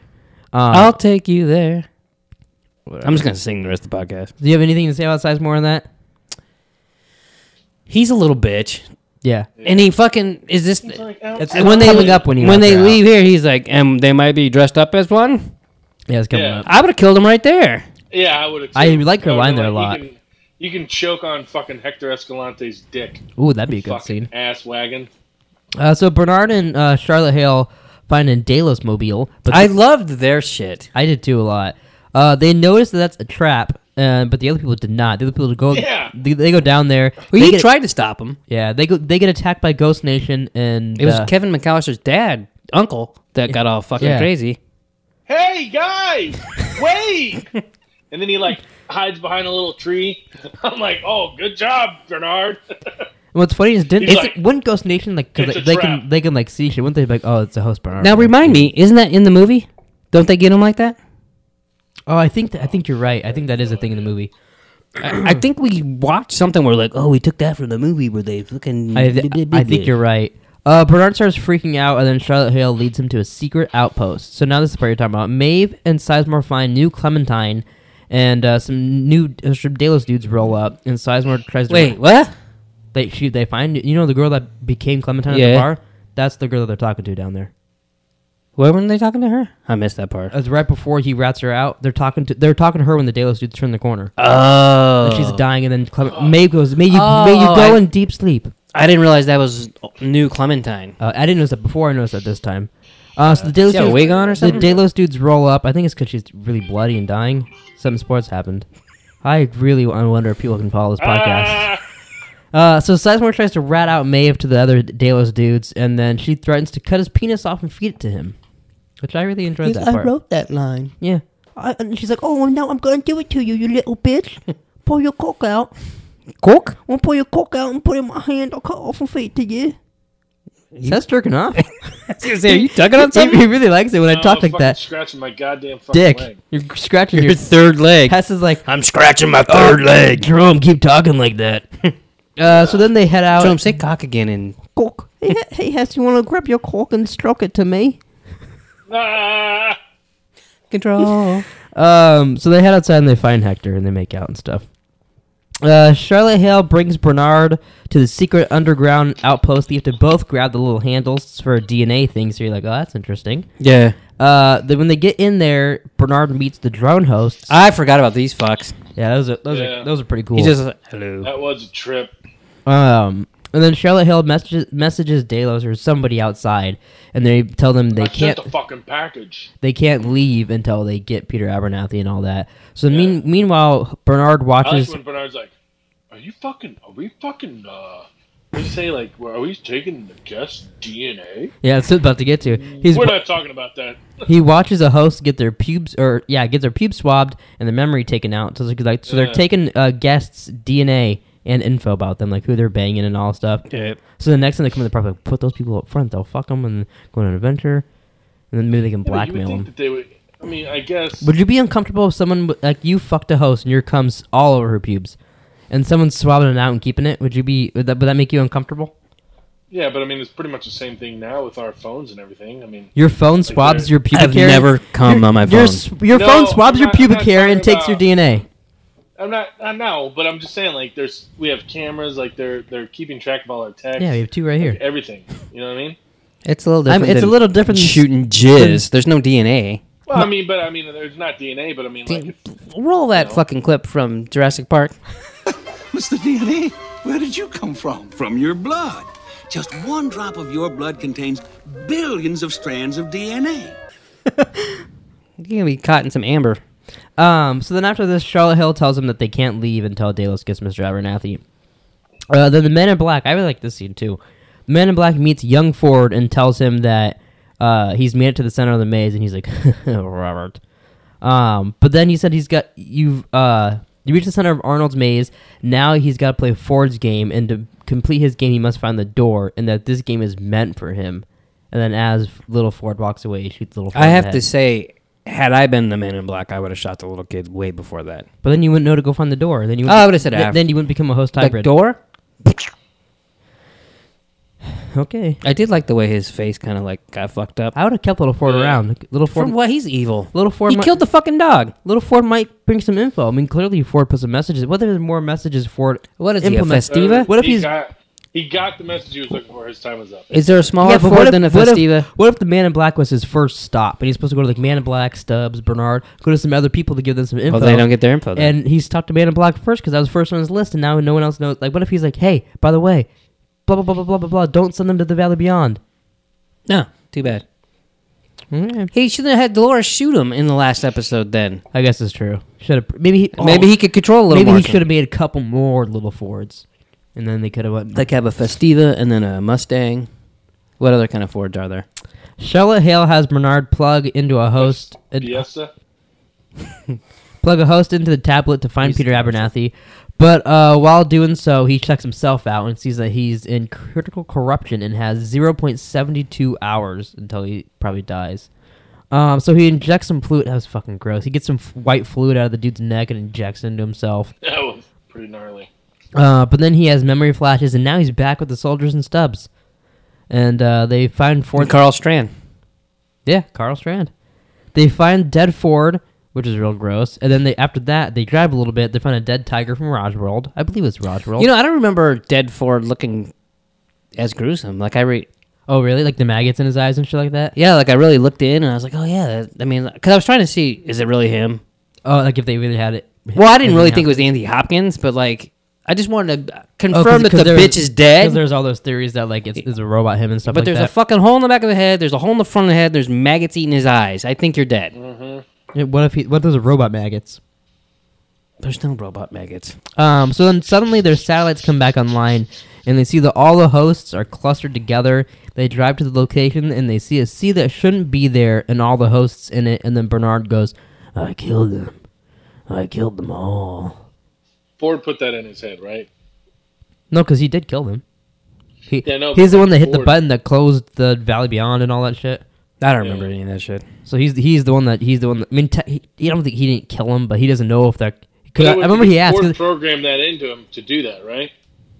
A: Uh,
C: I'll take you there.
A: Whatever.
C: I'm just gonna sing the rest of the podcast.
A: do you have anything to say about Sizemore on that?
C: He's a little bitch,
A: Yeah.
C: and he fucking is this.
B: Like, oh,
A: It's-
C: when they
A: coming up when he left
C: they
A: her out.
C: leave here, he's like, um, they might be dressed up as one.
A: Yeah, it's coming
B: Yeah.
A: up.
C: I would have killed him right there.
B: yeah, I would. Oh,
A: I like her line there a lot.
B: You can, you can choke on fucking Hector Escalante's dick.
A: Ooh, that'd be a good
B: fucking
A: scene.
B: ass wagon.
A: Uh, so Bernard and uh, Charlotte Hale find a Delos mobile, but
C: I
A: I,
C: loved their shit.
A: I did too a lot. Uh, they notice that that's a trap, uh, but the other people did not. The other people go,
B: Yeah.
A: they, they go down there. they
C: Well, he
A: get,
C: tried to stop him.
A: yeah, they go, they get attacked by Ghost Nation, and
C: It was
A: uh,
C: Kevin McAllister's dad, uncle, that got all fucking
A: Yeah.
C: crazy.
B: Hey guys, wait! and then he like hides behind a little tree. I'm like, oh, good job, Bernard.
A: what's funny is didn't
B: He's
A: isn't-
B: like,
A: wouldn't Ghost Nation like 'cause
B: "It's
A: they,
B: a
A: they
B: trap."
A: can they can like see shit? Wouldn't they be like, oh, it's a host Bernard?
C: Now remind me, isn't that in the movie? Don't they get him like that?
A: Oh, I think th- I think you're right. I think that is a thing in the movie.
C: I, I think we watched something where like, oh, we took that from the movie where they fucking.
A: I, th- I think you're right. Uh, Bernard starts freaking out, and then Charlotte Hale leads him to a secret outpost. So now this is the part you're talking about. Maeve and Sizemore find new Clementine, and uh, some new uh, Strip Delos dudes roll up, and Sizemore tries to
C: Wait, what?
A: They she, they find you know the girl that became Clementine at
C: Yeah.
A: the bar. That's the girl that they're talking to down there.
C: Why weren't they talking to her? I missed that part.
A: That's right before he rats her out. They're talking to they're talking to her when the Delos dudes turn the corner.
C: Oh,
A: And she's dying, and then Clement, Maeve goes, "May you may you
C: Oh,
A: go
C: I-
A: in deep sleep."
C: I didn't realize that was new Clementine.
A: Uh, I didn't notice that before. I noticed that this time. Uh, so the Delos
C: She had a
A: dudes-
C: wig on or
A: The
C: something.
A: Delos dudes roll up. I think it's because she's really bloody and dying. Something sports happened. I really I wonder if people can follow this podcast.
B: Ah,
A: Uh, so Sizemore tries to rat out Maeve to the other Delos dudes, and then she threatens to cut his penis off and feed it to him, which I really enjoyed that part.
C: that line.
A: yeah. I, and she's like, "Oh, well, now I'm gonna do it to you, you little bitch. pull your cock out.
C: Cook?
A: I'm gonna pull your cock out and put it in my hand. I'll cut off and feed it to you." That's jerking off.
C: Are you tugging on
A: he, he
C: something?
A: really likes it when I
B: I'm
A: talk like
B: fucking
A: that.
B: Scratching my goddamn fucking
A: Dick,
B: leg.
A: you're scratching your.
C: Your third leg. Oh.
A: Hess is like,
C: I'm scratching my third leg.
A: Jerome, keep talking like that. uh, so then they head out.
C: Jerome, say cock again and
A: cork. Hey, Hess, you want to grab your cork and stroke it to me?
B: Ah!
C: Control.
A: Um, so they head outside and they find Hector and they make out and stuff. Uh, Charlotte Hale brings Bernard to the secret underground outpost. You have to both grab the little handles for DNA things. So you're like, oh, that's interesting.
C: yeah.
A: Uh, then when they get in there, Bernard meets the drone hosts.
C: I forgot about these fucks.
A: yeah, those are those
B: Yeah.
A: are those are pretty cool.
C: He just hello.
B: That was a trip.
A: Um, and then Charlotte Hill messages, messages Delos or somebody outside, and they tell them they
B: I
A: can't
B: sent the fucking package.
A: they can't leave until they get Peter Abernathy and all that. So mean, meanwhile, Bernard
B: I like
A: watches.
B: when Bernard's like, "Are you fucking? Are we fucking? uh What do you say? Like, are we taking the guest DNA?
A: yeah, that's what I'm about to get to. He's
B: We're not talking about that.
A: he watches a host get their pubes or yeah get their pubes swabbed and their memory taken out. So it's like so they're
B: Yeah.
A: taking uh, guests' DNA and info about them, like who they're banging and all stuff.
C: Yep.
A: So the next time they come in the property, like, put those people up front. They'll fuck them and go on an adventure, and then maybe they can
B: But you would
A: blackmail them.
B: think that they would. I mean, I guess.
A: Would you be uncomfortable if someone w- like you fucked a host and your cum's all over her pubes, and someone's swabbing it out and keeping it? Would you be? Would that, would that make you uncomfortable?
B: yeah, but I mean, it's pretty much the same thing now with our phones and everything. I mean,
A: Your phone swabs
B: there-
A: your pubic
C: I've
A: hair.
C: never come
A: your,
C: on my
A: your
C: phone.
A: s- Your
B: No,
A: phone swabs
B: I'm
A: your
B: not- I'm
A: pubic
B: not
A: hair
B: talking
A: and takes your
B: about-
A: DNA.
B: I'm not. I know, but I'm just saying. Like, there's we have cameras. Like, they're they're keeping track of all our texts.
A: Yeah, we have two right
B: like,
A: here.
B: Everything. You know what I mean?
C: It's a little
A: I'm,
C: different.
A: it's a
C: than
A: little different. than-
C: shooting jizz. There's no DNA.
B: Well, I mean, but I mean, there's not DNA, but I mean, like, if-
C: Roll that fucking clip from Jurassic Park.
D: Mr. DNA, where did you come from?
E: from your blood. Just one drop of your blood contains billions of strands of DNA.
C: You're gonna be caught in some amber.
A: Um, so then after this, Charlotte Hill tells them that they can't leave until Delos gets Mr. Abernathy. Uh, then the Men in Black, I really like this scene too. The Man in Black meets young Ford and tells him that uh, he's made it to the center of the maze, and he's like, Robert. Um, but then he said he's got you've uh, you reached the center of Arnold's maze. Now he's got to play Ford's game, and to complete his game, he must find the door, and that this game is meant for him. And then as little Ford walks away, he shoots little. Ford
C: I
A: in the
C: have
A: head.
C: to say, had I been the man in black, I would have shot the little kid way before that.
A: But then you wouldn't know to go find the door. Then you
C: Oh, I would've said
A: th-
C: after.
A: Then you wouldn't become a host
C: The
A: hybrid.
C: door?
A: Okay.
C: I did like the way his face kind of like got fucked up.
A: I would have kept Little Ford around. Little
C: For
A: Ford.
C: what? He's evil.
A: Little Ford.
C: he
A: might,
C: killed the fucking dog.
A: Little Ford might bring some info. I mean, clearly Ford put some messages. Whether there's more messages Ford.
C: Uh, What is
A: Implement-
C: he, a festiva?
A: What if
B: he
A: he's-
B: got, he got the message he was looking for? His time was up.
C: Is there a smaller
A: but
C: Ford than a
A: what if-
C: festiva?
A: what if the Man in Black was his first stop, and he's supposed to go to like Man in Black, Stubbs, Bernard, go to some other people to give them some info?
C: Well, Oh, they don't get their info. Then.
A: And he stopped at Man in Black first because that was first on his list, and now no one else knows. Like, what if he's like, hey, by the way, blah blah blah blah blah blah blah, don't send them to the Valley Beyond.
C: no, too bad.
A: Mm,
C: He should have had Dolores shoot him in the last episode. Then
A: I guess it's true. Should have maybe he,
C: Oh. maybe he could control a little
A: Maybe
C: more.
A: he should have made a couple more little Fords, and then they could have went.
C: like have a festiva and then a Mustang. What other kind of Fords are there?
A: Charlotte Hale has Bernard plug into a host, uh,
B: Fiesta.
A: plug a host into the tablet to find
C: He's-
A: Peter Abernathy, but uh, while doing so, he checks himself out and sees that he's in critical corruption and has zero point seventy two hours until he probably dies. Um, so he injects some fluid. That was fucking gross. He gets some f- white fluid out of the dude's neck and injects it into himself.
B: That was pretty gnarly.
A: Uh, but then he has memory flashes, and now he's back with the soldiers and Stubbs. And uh, they find Ford.
C: Carl Strand.
A: yeah, Carl Strand. They find dead Ford, which is real gross. And then they after that, they drive a little bit. They find a dead tiger from Raj World. I believe it's Raj World.
C: You know, I don't remember dead Ford looking as gruesome. Like I re-
A: oh, really? Like the maggots in his eyes and shit like that?
C: yeah, like I really looked in and I was like, oh yeah. that- I mean, because I was trying to see, is it really him?
A: Oh, like if they really had it.
C: Well, I didn't really
A: Yeah.
C: think it was Anthony Hopkins, but like I just wanted to
A: Oh,
C: confirm
A: 'cause-
C: that
A: 'cause
C: the
A: there was-
C: bitch is dead.
A: 'cause there's all those theories that like it's, it's a robot him and stuff
C: But
A: like
C: there's a
A: that.
C: fucking hole in the back of the head. There's a hole in the front of the head. There's maggots eating his eyes. I think you're dead.
A: Yeah, what if he? What if there's a robot maggots?
C: There's no robot maggots.
A: Um, so then suddenly their satellites come back online, and they see that all the hosts are clustered together. They drive to the location, and they see a sea that shouldn't be there, and all the hosts in it. And then Bernard goes, "I killed them. I killed them all."
B: Ford put that in his head, right?
A: No, because he did kill them. He,
B: Yeah, no,
A: he's
B: but
A: the one that hit the
B: Ford-
A: button that closed the Valley Beyond and all that shit.
C: I don't remember any of that shit.
A: So he's he's the one that he's the one. That, I mean, te- he, he- I don't think he didn't kill him, but he doesn't know if that. Cause I,
B: But it
A: I
B: was-
A: remember he asked.
B: Ford
A: 'cause-
B: programmed that into him to do that, right?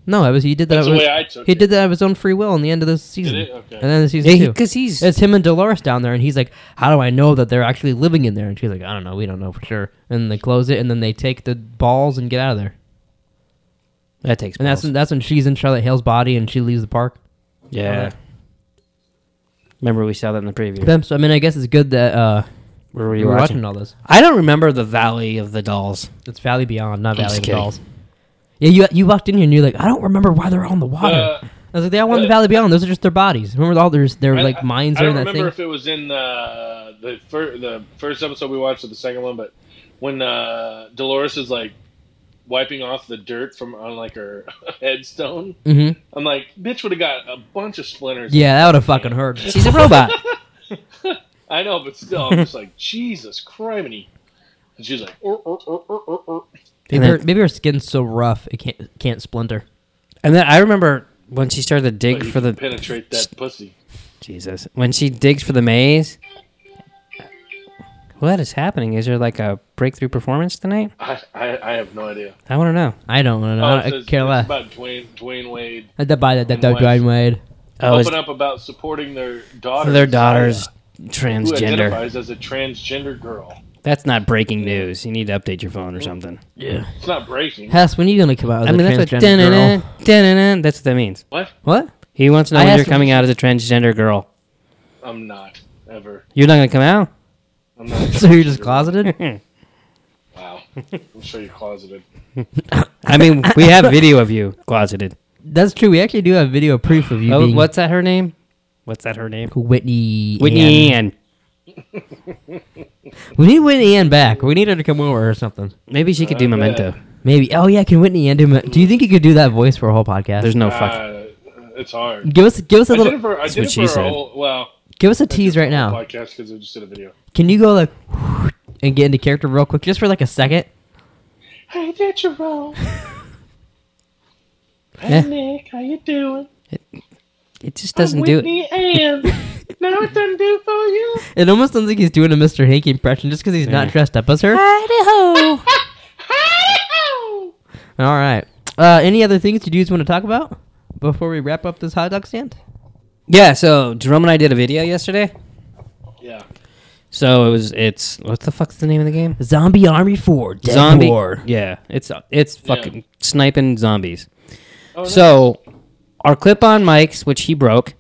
A: No, it was he did that.
B: That's
A: of
B: the
A: his-
B: way I took
A: he
B: it.
A: did that of his own free will in the end of this season,
B: it? Okay.
A: and then the season
C: Yeah,
A: two.
C: because he's
A: It's him and Dolores down there, and he's like, "How do I know that they're actually living in there?" And she's like, "I don't know. We don't know for sure." And they close it, and then they take the balls and get out of there.
C: that takes.
A: And that's
C: balls.
A: when, that's when she's in Charlotte Hale's body, and she leaves the park.
C: yeah. Remember we saw that in the preview.
A: Them- So I mean, I guess it's good that uh,
C: Where were
A: we
C: you
A: were
C: watching?
A: watching all this.
C: I don't remember the Valley of the Dolls.
A: It's Valley Beyond, not
C: I'm
A: Valley
C: just
A: of the
C: kidding.
A: Dolls. Yeah, you you walked in here and you're like, I don't remember why they're on the water.
B: Uh,
A: I was like, they all went to
B: uh,
A: Valley Beyond. Those are just their bodies. Remember all their their
B: I-
A: like minds
B: I
A: are
B: don't
A: in that
B: remember
A: thing.
B: if it was in the the, fir- the first episode we watched or the second one, but when uh, Dolores is like wiping off the dirt from on like her headstone,
A: Mhm.
B: I'm like, bitch would have got a bunch of splinters.
A: Yeah, that would have fucking hurt.
C: She's a robot.
B: I know, but still, I'm just like, Jesus criminy. And she's like, "Er, er, er, er, er, er."
A: Maybe
C: then-
A: her, maybe her skin's so rough it can't can't splinter.
C: and then I remember when she started to dig
B: But you
C: for the
B: can penetrate that pussy.
C: Jesus when she digs for the maze. What is happening? Is there like a breakthrough performance tonight?
B: I, I, I have no idea.
C: I want to know.
A: I don't know.
B: Oh, it
A: I
B: says-
A: care
B: it's
A: less.
B: about Dwayne Dwayne Wade.
A: I did buy that that that
B: West.
A: Dwayne Wade.
C: Oh, is
B: open up about supporting their daughter.
C: their daughter's
B: who
C: transgender.
B: identifies as a transgender girl.
C: That's not breaking news. You need to update your phone or something.
A: Yeah.
B: It's not breaking.
A: Hess, when are you gonna come out as
C: I mean,
A: a
C: that's what
A: transgender girl?
C: dun-dun-dun, that's what that means.
B: What?
A: What?
C: He wants to know
A: I
C: when
A: asked
C: you're
A: him-
C: coming out as a transgender girl.
B: I'm not ever.
C: You're not gonna come out.
B: I'm not.
A: So you're just closeted?
B: wow. I'm sure you're closeted.
C: I mean, we have video of you closeted.
A: That's true. We actually do have video proof of you
C: Oh,
A: being
C: what's that? Her name? What's that? Her name?
A: Whitney.
C: Whitney
A: Ann.
C: Ann.
A: We need Whitney Ann back. We need her to come over or something.
C: Maybe she could do
B: bet.
C: Memento.
A: Maybe. Oh yeah, can Whitney Ann do? ma- Do you think you could do that voice for a whole podcast?
C: There's no fuck.
B: Uh, it's hard.
A: give us give us a
B: I did it
A: little
B: for, I
C: That's
B: did
C: what
B: it
C: she
B: for a
C: said.
B: whole, well,
A: give us a tease right now.
B: podcast because I just did a video.
A: Can you go like and get into character real quick, just for like a second?
B: Hey, did you roll? Hey,
A: Eh?
C: Yeah.
B: Nick, how you doing?
C: It just doesn't do it.
B: Whitney Ann. now it doesn't do for you.
A: It almost sounds like he's doing a Mr. Hanky impression just because he's not dressed up as her.
B: Hi-ho.
A: All right. Uh, any other things you dudes want to talk about before we wrap up this hot dog stand?
C: Yeah. So Jerome and I did a video yesterday.
B: Yeah.
C: So it was. It's what the fuck's the name of the game?
A: Zombie Army Four Dead
C: Zombie.
A: War.
C: Yeah. It's it's fucking sniping zombies.
B: Oh,
C: So our clip-on mics, which he broke.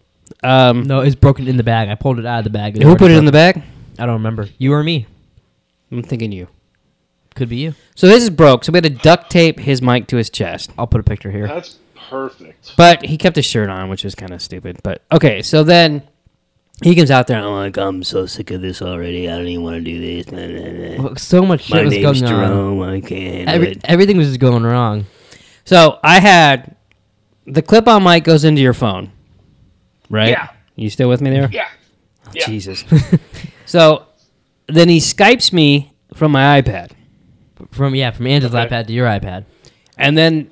C: Um,
A: No, it's broken in the bag. I pulled it out of the bag.
C: who put it in the bag?
A: I don't remember. You or me?
C: I'm thinking you.
A: Could be you.
C: So this is broke. So we had to duct tape his mic to his chest.
A: I'll put a picture
C: Uh,
A: here.
B: that's perfect.
C: But he kept his shirt on, which was kind of stupid. But okay, so then he comes out there and I'm like, I'm so sick of this already. I don't even want to do this. Nah, nah, nah.
A: Look, So much shit
C: My
A: was
C: name's
A: going on.
C: Jerome. I can't. handle
A: Every,
C: it.
A: everything was just going wrong.
C: So I had the clip on mic goes into your phone, right?
B: Yeah.
C: You still with me there? Oh,
B: Yeah. Yeah.
C: Jesus. so then he Skypes me from my iPad.
A: From yeah, from Angela's
B: Okay.
A: iPad to your iPad.
C: and then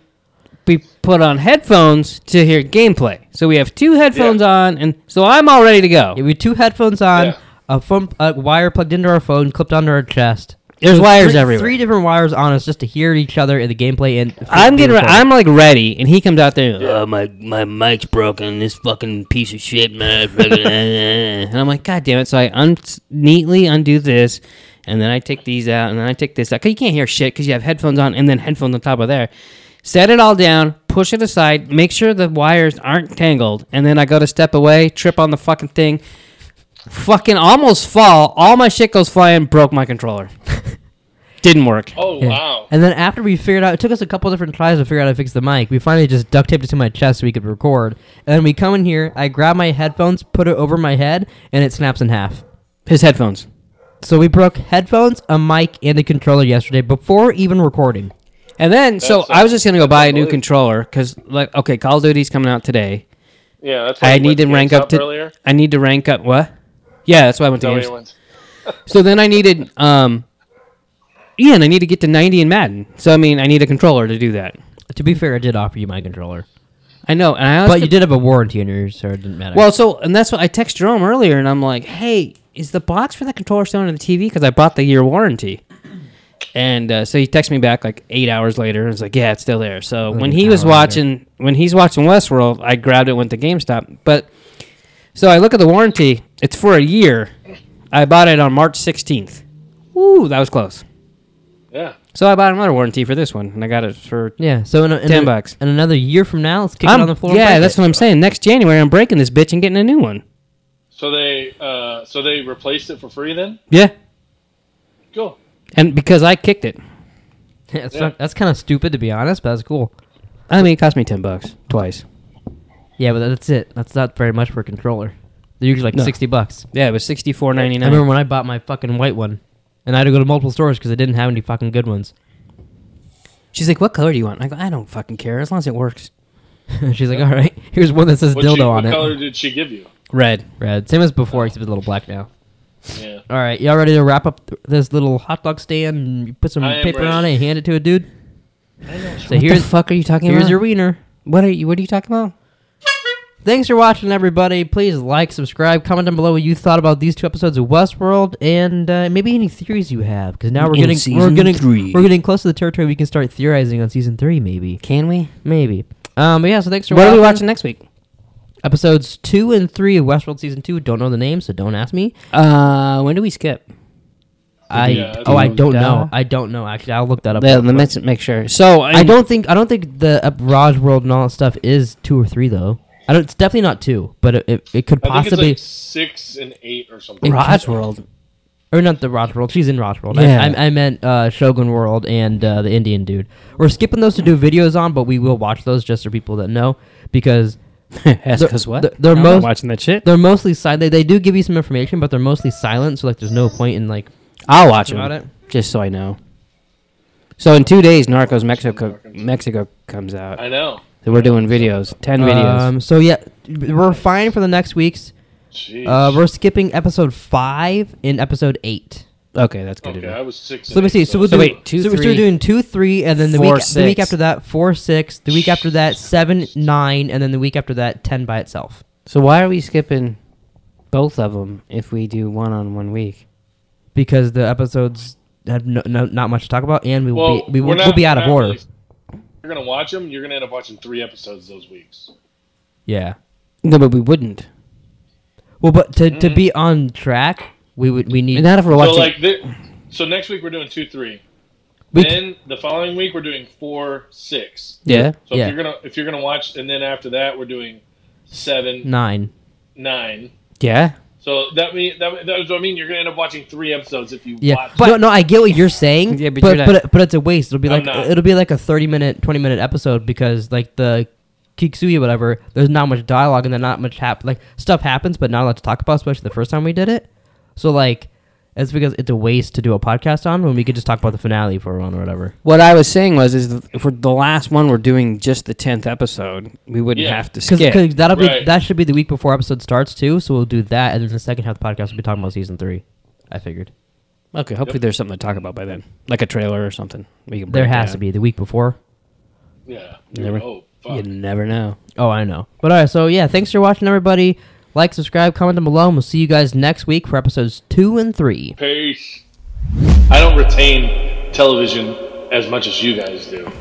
C: we put on headphones to hear gameplay. So we have two headphones
B: Yeah.
C: on, and so I'm all ready to go.
A: Yeah, we had two headphones on,
B: Yeah.
A: a phone a wire plugged into our phone, clipped onto our chest.
C: There's wires
A: three,
C: everywhere.
A: Three different wires on us just to hear each other in the gameplay. And
C: I'm getting, re- I'm like ready, and he comes out there.
F: Oh, my my mic's broken. This fucking piece of shit, man. Fucking- eh,
C: And I'm like, God damn it! So I un- neatly undo this, and then I take these out, and then I take this out. Cause you can't hear shit because you have headphones on, and then headphones on top of there. Set it all down, push it aside, make sure the wires aren't tangled, and then I go to step away, trip on the fucking thing, fucking almost fall. All my shit goes flying, broke my controller. Didn't work.
B: Oh,
A: Yeah.
B: wow.
A: And then after we figured out, it took us a couple different tries to figure out how to fix the mic. We finally just duct taped it to my chest so we could record. And then we come in here. I grab my headphones, put it over my head, and it snaps in half.
C: His headphones.
A: So we broke headphones, a mic, and a controller yesterday before even recording.
C: And then, so
B: That's, uh,
C: I was just gonna go buy a new
B: unbelievable.
C: controller because, like, okay, Call of Duty's coming out today.
B: Yeah, that's why
C: I
B: you went
C: need to rank up
B: GameStop
C: to.
B: earlier. Oh, Is
C: I need to rank up. What? Yeah, that's why I went to.
B: that where
C: Games.
B: you went?
C: So then I needed, um, Ian. I need to get to ninety in Madden. So I mean, I need a controller to do that.
A: To be fair, I did offer you my controller,
C: I know, and I also,
A: but you did have a warranty on yours, so it didn't matter.
C: Well, so and that's what I text Jerome earlier, and I'm like, "Hey, is the box for the controller still under the TV? Because I bought the year warranty." And uh, so he texted me back like eight hours later. and was like, "Yeah, it's still there." So when
A: an
C: he was
A: hour later.
C: watching, when he's watching Westworld, I grabbed it, went to GameStop. But so I look at the warranty; it's for a year. I bought it on March 16th. Ooh, that was close.
B: Yeah.
C: So I bought another warranty for this one, and I got it for.
A: Yeah. So in, a, in
C: 10
A: a-
C: bucks.
A: In another year from now, let's kick
C: I'm-
A: it on the floor. and
C: yeah,
A: break
C: that's
A: it.
C: what I'm saying. Next January, I'm breaking this bitch and getting a new one.
B: So they uh, so they replaced it for free then?
C: Yeah,
B: Cool.
C: and because I kicked it.
A: that's, not- that's kind of stupid to be honest, but that's cool.
C: I mean, it cost me ten bucks twice.
A: Yeah, but that's it. That's not very much for a controller. They're usually like
C: No.
A: sixty bucks.
C: Yeah, it was sixty four ninety
A: I remember
C: nine.
A: when I bought my fucking white one, and I had to go to multiple stores because I didn't have any fucking good ones.
C: She's like, "What color do you want?" I go, "I don't fucking care as long as it works."
A: She's like, "All right, here's one that says
B: What,
A: dildo
B: she,
A: on
B: what
A: it,
B: color did she give you?
C: Red.
A: red, same as before, except it's a little black now."
B: Yeah.
A: All right, y'all ready to wrap up th- this little hot dog stand? You put some
B: I am
A: paper on it
B: ready.
A: and hand it to a dude. So
C: What
A: here's
C: the fuck are you talking
A: here's
C: about?
A: your wiener.
C: what are you What are you talking about?
A: Thanks for watching, everybody. Please like, subscribe, comment down below what you thought about these two episodes of Westworld, and uh, maybe any theories you have. Because now we're
F: In
A: getting we're
F: season
A: getting
F: three.
A: we're getting close to the territory we can start theorizing on season three, maybe,
C: Can we?
A: maybe. Um, but yeah, so thanks for
C: What are
A: watching.
C: we watching next week?
A: Episodes two and three of Westworld season two. Don't know the name, so don't ask me.
C: Uh, when do we skip?
A: I
B: Yeah, I
A: oh I
B: don't
A: don't
C: know.
A: know. I don't know. Actually, I'll look that up.
C: Yeah,
A: real
C: let
A: quick.
C: me make sure. So
A: I don't think I don't think the uh, Raj World and all that stuff is two or three though. I don't. It's definitely not two, but it, it, it could
B: I
A: possibly
B: think it's like six and eight or something.
C: Raj World.
A: or not the Raj World. She's in Raj World.
C: Yeah.
A: I, I, I meant uh, Shogun World and uh, the Indian dude. We're skipping those to do videos on, but we will watch those just for people that know because
C: Ask
A: They're-
C: us what?
A: they're- they're
C: I'm not
A: most-
C: watching that shit.
A: they're mostly silent. They, they do give you some information, but they're mostly silent. So like, there's no point in like.
C: I'll watch them,
A: About
C: it just so I know. So in two days, Narcos Mexico Mexico comes out.
B: I know.
C: So we're doing videos, ten videos.
A: Um, so yeah, we're fine for the next weeks.
B: Jeez.
A: Uh, we're skipping episode five and episode eight.
C: okay, that's good.
B: okay, I was six.
A: So let me see. So we'll do
C: So wait, two,
A: so we're
C: three,
A: still doing two, three, and then the
C: four,
A: week the week
C: six.
A: after that four, six. The week after that seven, nine, and then the week after that ten by itself.
C: So why are we skipping both of them if we do one on one week?
A: because the episodes have no, no, not much to talk about, and we will
B: well,
A: be, we
B: we're
A: will,
B: not-
A: we'll be out
B: we're
A: of
B: not
A: order.
B: really- you're gonna watch them. You're gonna end up watching three episodes those weeks.
A: Yeah.
C: No, but we wouldn't.
A: Well, but to,
B: Mm.
A: to be on track, we would we need
C: Not if we're watching.
B: So like, thi- so next week we're doing two, three.
A: we,
B: Then the following week we're doing four, six.
C: yeah.
B: So
A: Yeah.
B: if you're gonna if you're gonna watch, and then after that we're doing seven,
A: nine.
B: nine.
C: Yeah.
B: So that mean that that was what I mean. You're gonna end up watching three episodes if you
A: Yeah,
B: watch.
A: but, no, no, I get what you're saying.
C: Yeah, but
A: but
C: you're
A: but,
C: not-
A: it- but it's a waste. It'll be
B: I'm
A: like
B: not.
A: it'll be like a thirty minute, twenty minute episode because like the Kiksuya whatever. There's not much dialogue and then not much hap like stuff happens, but not a lot to talk about, especially the first time we did it. So like. It's because it's a waste to do a podcast on when we could just talk about the finale for one or whatever.
C: What I was saying was, is th- if we're the last one, we're doing just the tenth episode. We wouldn't
B: Yeah.
C: have to
A: Because
C: skip.
A: that'll be
B: Right.
A: that should be the week before episode starts too. So we'll do that, and then the second half of the podcast will be talking about season three. I figured
C: okay. Hopefully, there's something to talk about by then, like a trailer or something. We can.
A: there
C: break
A: has
C: down.
A: to be the week before.
B: yeah.
C: Never.
B: Oh
C: You
B: fuck.
C: never know.
A: Oh, I know. But all right, so yeah, thanks for watching, everybody. Like, subscribe, comment down below, and we'll see you guys next week for episodes two and three.
B: Peace. I don't retain television as much as you guys do.